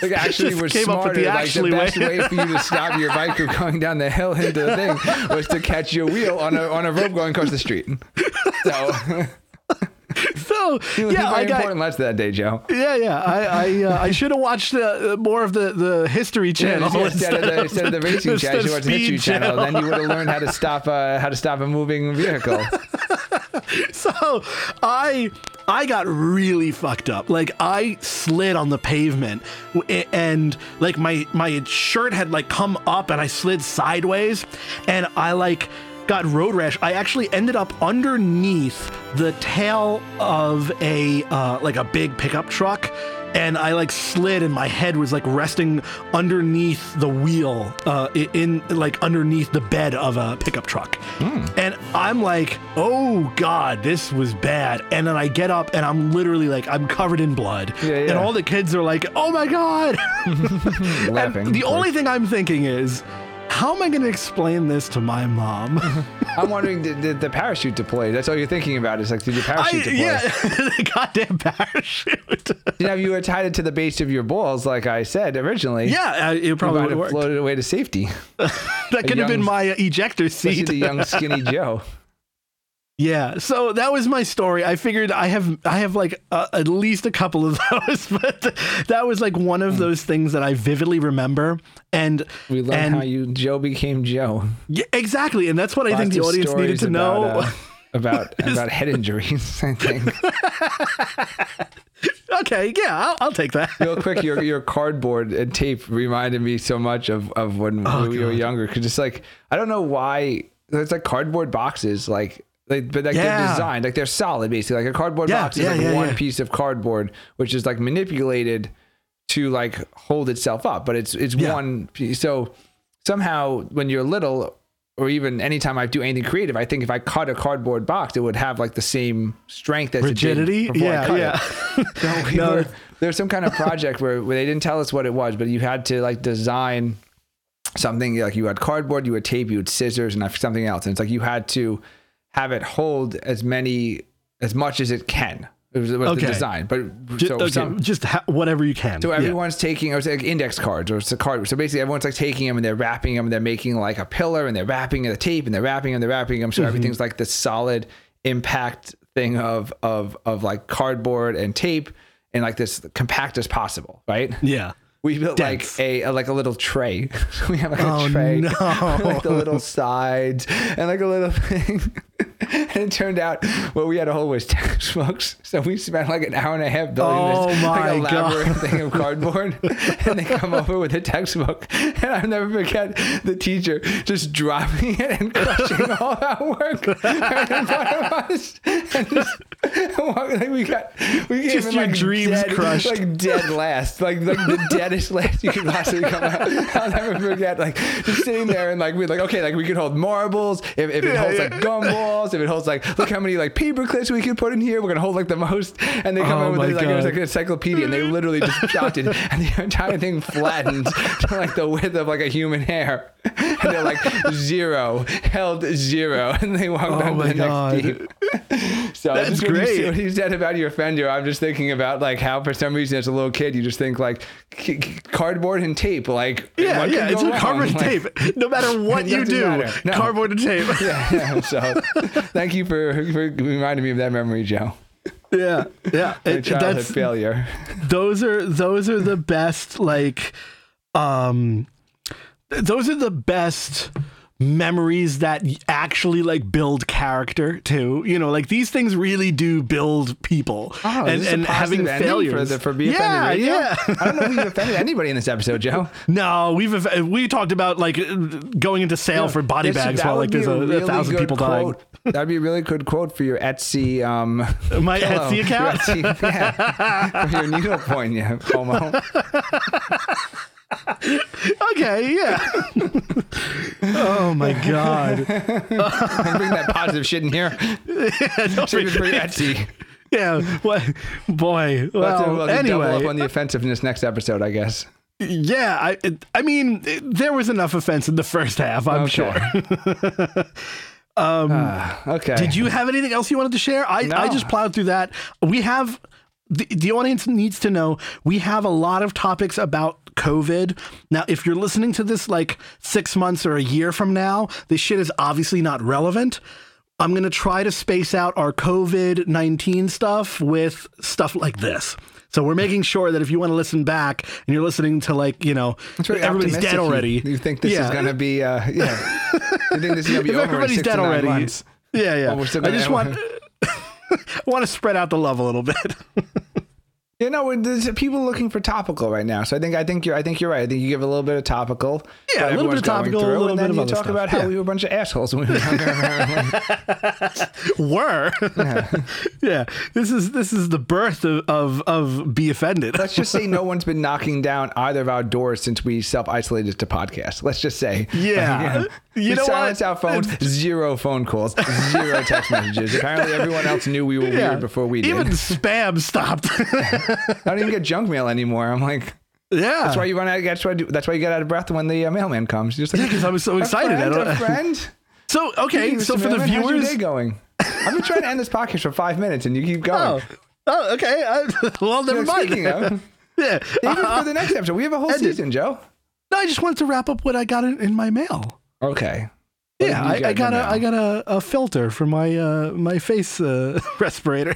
Speaker 2: like actually
Speaker 1: just
Speaker 2: was
Speaker 1: came up
Speaker 2: smarter.
Speaker 1: with the
Speaker 2: like
Speaker 1: actually
Speaker 2: the best
Speaker 1: way.
Speaker 2: way for you to stop your bike from going down the hill into the thing was to catch your wheel on a on a rope going across the street. So *laughs*
Speaker 1: So
Speaker 2: you
Speaker 1: yeah, I
Speaker 2: learned
Speaker 1: got
Speaker 2: important lesson that day, Joe.
Speaker 1: yeah, yeah. I I, uh,
Speaker 2: *laughs*
Speaker 1: I should have watched the, uh, more of the the History Channel
Speaker 2: Yeah,
Speaker 1: instead,
Speaker 2: instead, of the, instead of the
Speaker 1: *laughs*
Speaker 2: racing
Speaker 1: instead
Speaker 2: channel,
Speaker 1: of
Speaker 2: you watched the
Speaker 1: Speed
Speaker 2: history channel. Then you would have learned how to stop uh, how to stop a moving vehicle.
Speaker 1: *laughs* so I I got really fucked up. Like I slid on the pavement w- and like my my shirt had like come up and I slid sideways and I like got road rash. I actually ended up underneath the tail of a uh, like a big pickup truck and I like slid and my head was like resting underneath the wheel uh, i- in like underneath the bed of a pickup truck.
Speaker 2: Hmm.
Speaker 1: And I'm like, oh God, this was bad. And then I get up and I'm literally like, I'm covered in blood.
Speaker 2: Yeah, yeah.
Speaker 1: And all the kids are like, oh my
Speaker 2: *laughs*
Speaker 1: God. *laughs* And
Speaker 2: laughing.
Speaker 1: the only thing I'm thinking is, how am I going to explain this to my
Speaker 2: *laughs*
Speaker 1: mom?
Speaker 2: I'm wondering did, did the parachute deploy? That's all you're thinking about. Is like did your parachute
Speaker 1: I,
Speaker 2: deploy?
Speaker 1: yeah, *laughs* the goddamn
Speaker 2: *laughs*
Speaker 1: parachute.
Speaker 2: You know, if you were tied it to the base of your balls, like I said originally.
Speaker 1: yeah, uh, it
Speaker 2: you
Speaker 1: probably
Speaker 2: might
Speaker 1: would
Speaker 2: have
Speaker 1: work.
Speaker 2: floated away to safety.
Speaker 1: *laughs* That could have been
Speaker 2: young-
Speaker 1: my uh, ejector
Speaker 2: Especially
Speaker 1: seat. *laughs*
Speaker 2: the young skinny Joe.
Speaker 1: Yeah, so that was my story. I figured I have I have like uh, at least a couple of *laughs* those, but that was like one of those things that I vividly remember. And
Speaker 2: Hmm. We learned
Speaker 1: and
Speaker 2: how you Joe became Joe.
Speaker 1: yeah, exactly, and that's what I think the
Speaker 2: Lots of
Speaker 1: audience needed
Speaker 2: stories
Speaker 1: to know.
Speaker 2: about, uh,
Speaker 1: *laughs*
Speaker 2: about about head injuries. *laughs* I think. uh,
Speaker 1: *laughs* okay, yeah, I'll, I'll take that.
Speaker 2: Real quick, your your cardboard and tape reminded me so much of of when
Speaker 1: Oh,
Speaker 2: we were younger. Because it's like I don't know why it's like cardboard boxes, like. Like, but like
Speaker 1: Yeah.
Speaker 2: they're designed like they're solid basically like a cardboard
Speaker 1: Yeah,
Speaker 2: box is
Speaker 1: yeah,
Speaker 2: like
Speaker 1: yeah,
Speaker 2: one
Speaker 1: yeah.
Speaker 2: piece of cardboard which is like manipulated to like hold itself up but it's it's
Speaker 1: Yeah.
Speaker 2: one piece so somehow when you're little or even anytime I do anything creative I think if I cut a cardboard box it would have like the same strength as
Speaker 1: Rigidity,
Speaker 2: it did before I
Speaker 1: yeah,
Speaker 2: cut it.
Speaker 1: yeah.
Speaker 2: No, we
Speaker 1: No.
Speaker 2: were- there was some kind of project where, where they didn't tell us what it was, but you had to like design something like you had cardboard, you had tape, you had scissors, and something else. And it's like you had to have it hold as many as much as it can. It was, it was
Speaker 1: Okay.
Speaker 2: the design, but
Speaker 1: Ju-
Speaker 2: so
Speaker 1: okay,
Speaker 2: some,
Speaker 1: just ha- whatever you can.
Speaker 2: so
Speaker 1: Yeah.
Speaker 2: everyone's taking, or it's like index cards, or it's a card. So basically, everyone's like taking them and they're wrapping them, and they're making like a pillar, and they're wrapping the tape, and they're wrapping them, they're wrapping them. So everything's like this solid impact thing of of of like cardboard and tape, and like this compact as possible, right?
Speaker 1: yeah.
Speaker 2: We built
Speaker 1: Dense.
Speaker 2: like a, a- like a little tray. *laughs* So we have like a
Speaker 1: Oh,
Speaker 2: tray,
Speaker 1: no.
Speaker 2: *laughs* with, like the little sides and like a little thing. *laughs* and it turned out what we had to hold was *laughs* textbooks. So we spent like an hour and a half building
Speaker 1: Oh,
Speaker 2: this
Speaker 1: my
Speaker 2: like elaborate
Speaker 1: God.
Speaker 2: *laughs* thing
Speaker 1: *laughs*
Speaker 2: of cardboard. and they come over with a textbook, *laughs* and I'll never forget the teacher just dropping it and crushing all that work *laughs* right in front of us. *laughs* And just, like we got we came
Speaker 1: Just
Speaker 2: in
Speaker 1: your
Speaker 2: like
Speaker 1: dreams
Speaker 2: dead,
Speaker 1: crushed.
Speaker 2: like like dead last, like like the deadest last you could possibly come out. *laughs* I'll never forget, like just sitting there and like we're like, okay, like we could hold marbles. If, if it
Speaker 1: Yeah,
Speaker 2: holds
Speaker 1: yeah.
Speaker 2: like gumballs, if it holds like look how many like paper clips we could put in here, we're gonna hold like the most. And they come
Speaker 1: Oh
Speaker 2: in with
Speaker 1: my
Speaker 2: this, like
Speaker 1: God.
Speaker 2: it was
Speaker 1: Mm-hmm.
Speaker 2: like an encyclopedia, and they literally just
Speaker 1: *laughs*
Speaker 2: shouted, and the entire thing flattened to like the width of like a human hair. *laughs* And they're like zero, held zero, and they walked
Speaker 1: Oh
Speaker 2: on to
Speaker 1: my
Speaker 2: the
Speaker 1: God.
Speaker 2: next team. So
Speaker 1: That's
Speaker 2: just when you
Speaker 1: great.
Speaker 2: see- when you said about your fender, I'm just thinking about like how for some reason as a little kid you just think like c- c- cardboard and tape, like
Speaker 1: Yeah,
Speaker 2: what
Speaker 1: yeah,
Speaker 2: could
Speaker 1: it's
Speaker 2: go
Speaker 1: like cardboard
Speaker 2: wrong? *laughs* Like,
Speaker 1: and tape. *laughs* No matter what
Speaker 2: *laughs* It
Speaker 1: you
Speaker 2: doesn't
Speaker 1: do,
Speaker 2: matter. No.
Speaker 1: cardboard and tape. *laughs*
Speaker 2: yeah, yeah, so thank you for, for reminding me of that memory, Joe.
Speaker 1: yeah, yeah.
Speaker 2: My
Speaker 1: It-
Speaker 2: childhood
Speaker 1: that's, *laughs*
Speaker 2: failure.
Speaker 1: those are those are the best like um th- those are the best memories that y- actually like build character too you know like these things really do build people
Speaker 2: Oh,
Speaker 1: and
Speaker 2: is this a
Speaker 1: and
Speaker 2: positive
Speaker 1: having
Speaker 2: ending for
Speaker 1: failures
Speaker 2: the for be offended
Speaker 1: yeah
Speaker 2: radio?
Speaker 1: yeah
Speaker 2: *laughs* I don't know if we've offended anybody in this episode, *laughs* Joe.
Speaker 1: no we've ev- we talked about like uh, going into sale for body
Speaker 2: This-
Speaker 1: bags
Speaker 2: that
Speaker 1: while
Speaker 2: would
Speaker 1: like
Speaker 2: be
Speaker 1: there's a,
Speaker 2: really
Speaker 1: a thousand
Speaker 2: good
Speaker 1: people dying
Speaker 2: quote. That'd be a really good quote for your Etsy um
Speaker 1: my *laughs*
Speaker 2: pillow.
Speaker 1: Etsy
Speaker 2: *laughs*
Speaker 1: account
Speaker 2: Your Etsy, yeah. for your needlepoint, yeah, Como.
Speaker 1: okay yeah oh my
Speaker 2: *laughs*
Speaker 1: god
Speaker 2: bring that positive shit in here. Save it for your Etsy.
Speaker 1: *laughs*
Speaker 2: uh,
Speaker 1: yeah what boy
Speaker 2: *laughs* We'll have to-
Speaker 1: well,
Speaker 2: we'll have to double
Speaker 1: Oh, anyway
Speaker 2: up on the offensiveness next episode, I guess.
Speaker 1: Yeah, I it- I mean it- there was enough offense in the first half, I'm
Speaker 2: *laughs* Okay.
Speaker 1: sure. Um,
Speaker 2: Ah, Okay.
Speaker 1: Did you have anything else you wanted to share? I, I
Speaker 2: No.
Speaker 1: just plowed through that. We have the, the audience needs to know we have a lot of topics about COVID. Now, if you're listening to this like six months or a year from now, this shit is obviously not relevant. I'm going to try to space out our COVID 19 stuff with stuff like this. So we're making sure that if you want to listen back and you're listening to like, you know,
Speaker 2: It's very
Speaker 1: everybody's
Speaker 2: optimistic.
Speaker 1: dead
Speaker 2: You-
Speaker 1: already.
Speaker 2: You, think this is
Speaker 1: Yeah.
Speaker 2: going to be? Uh, yeah.
Speaker 1: *laughs*
Speaker 2: you think this is going to be
Speaker 1: If
Speaker 2: over in
Speaker 1: everybody's
Speaker 2: six
Speaker 1: dead
Speaker 2: to nine
Speaker 1: already.
Speaker 2: months?
Speaker 1: Yeah, yeah.
Speaker 2: we're still
Speaker 1: I
Speaker 2: gonna-
Speaker 1: just want *laughs* want to spread out the love a little
Speaker 2: *laughs*
Speaker 1: bit.
Speaker 2: You know, there's people looking for topical right now, so I think I think you're I think you're right. I think you give a little bit of topical.
Speaker 1: Yeah,
Speaker 2: what
Speaker 1: a little bit of
Speaker 2: everyone's going
Speaker 1: topical, a little
Speaker 2: and
Speaker 1: bit
Speaker 2: then
Speaker 1: of
Speaker 2: you
Speaker 1: other
Speaker 2: talk
Speaker 1: stuff.
Speaker 2: about how
Speaker 1: Yeah.
Speaker 2: we were a bunch of assholes when
Speaker 1: *laughs*
Speaker 2: we were younger.
Speaker 1: Were. *laughs* yeah. This is this is the birth of of, of be offended. *laughs*
Speaker 2: Let's just say no one's been knocking down either of our doors since we self isolated to podcasts. Let's just say, *laughs*
Speaker 1: Yeah. You
Speaker 2: we
Speaker 1: know what?
Speaker 2: silence our phones. Zero phone calls.
Speaker 1: *laughs*
Speaker 2: Zero text messages. Apparently, everyone else knew we were
Speaker 1: yeah.
Speaker 2: weird before we did.
Speaker 1: Even spam stopped. *laughs*
Speaker 2: *laughs* I don't even get junk mail anymore. I'm like,
Speaker 1: yeah.
Speaker 2: that's
Speaker 1: *laughs*
Speaker 2: why you run out. That's why. That's why you get out of breath when the uh, mailman comes. You're just
Speaker 1: *laughs*
Speaker 2: like,
Speaker 1: Because I was so
Speaker 2: "A
Speaker 1: excited. I
Speaker 2: friend,
Speaker 1: don't- *laughs*
Speaker 2: a friend.
Speaker 1: So okay,
Speaker 2: Hey,
Speaker 1: so
Speaker 2: Mr.
Speaker 1: for the
Speaker 2: Mailman, how's your
Speaker 1: viewers.
Speaker 2: day going. I've been trying to end this podcast for five minutes, and you keep
Speaker 1: *laughs* Oh,
Speaker 2: going.
Speaker 1: oh, okay. I, *laughs* well, never
Speaker 2: Like,
Speaker 1: mind.
Speaker 2: Speaking of,
Speaker 1: yeah.
Speaker 2: even
Speaker 1: Uh,
Speaker 2: for the next episode, we have a
Speaker 1: *laughs*
Speaker 2: whole
Speaker 1: Ended.
Speaker 2: season, Joe.
Speaker 1: no, I just wanted to wrap up what I got in, in my mail.
Speaker 2: Okay.
Speaker 1: Yeah,
Speaker 2: did you
Speaker 1: I, I
Speaker 2: get
Speaker 1: got
Speaker 2: in
Speaker 1: a
Speaker 2: your
Speaker 1: I got a, a filter for my uh, my face uh, *laughs* respirator.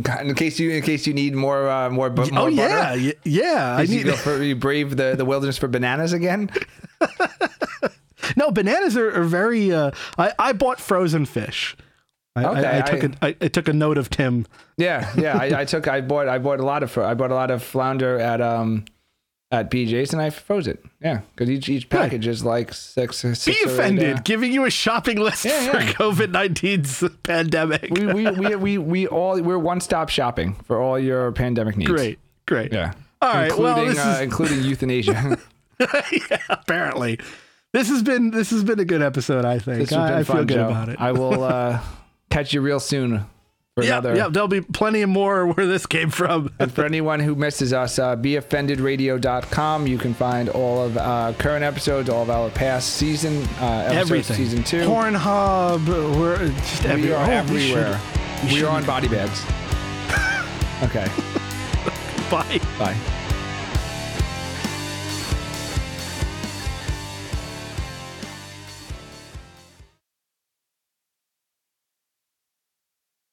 Speaker 2: God, in case you in case you need more uh, more, bu- more
Speaker 1: oh yeah,
Speaker 2: butter,
Speaker 1: y- yeah. I
Speaker 2: I need
Speaker 1: need *laughs*
Speaker 2: you, go for, you brave the, the wilderness for bananas again.
Speaker 1: No, bananas are, are very. Uh, I I bought frozen fish. I, I-
Speaker 2: Okay,
Speaker 1: I, took
Speaker 2: I-
Speaker 1: a, I, I took a note of Tim.
Speaker 2: Yeah, yeah. I, I took I bought I bought a lot of fr- I bought a lot of flounder at um at BJ's and I froze it. Yeah, because each each package is like six. six
Speaker 1: Be
Speaker 2: or eight,
Speaker 1: offended,
Speaker 2: uh,
Speaker 1: giving you a shopping list
Speaker 2: Yeah,
Speaker 1: for
Speaker 2: yeah.
Speaker 1: COVID 19's pandemic.
Speaker 2: we, we, we, we, we all we're one stop shopping for all your pandemic needs.
Speaker 1: great, great.
Speaker 2: Yeah.
Speaker 1: All right,
Speaker 2: Including,
Speaker 1: well, this
Speaker 2: uh,
Speaker 1: is-
Speaker 2: including euthanasia.
Speaker 1: *laughs* yeah, apparently, this has been this has been a good episode. I think
Speaker 2: This has been
Speaker 1: I, I feel
Speaker 2: fun,
Speaker 1: good
Speaker 2: Joe.
Speaker 1: about it. *laughs*
Speaker 2: I will uh, catch you real soon for
Speaker 1: yeah,
Speaker 2: another.
Speaker 1: yeah. There'll be plenty more *laughs* where this came from.
Speaker 2: And for anyone who misses us, uh, beoffendedradio.com. You can find all of uh, current episodes, all of our past season uh, episodes,
Speaker 1: Everything.
Speaker 2: season two.
Speaker 1: Pornhub. We're just
Speaker 2: we
Speaker 1: everywhere.
Speaker 2: are
Speaker 1: Oh, we should-
Speaker 2: everywhere.
Speaker 1: we *laughs*
Speaker 2: We,
Speaker 1: should-
Speaker 2: are on body bags. okay.
Speaker 1: Bye.
Speaker 2: Bye.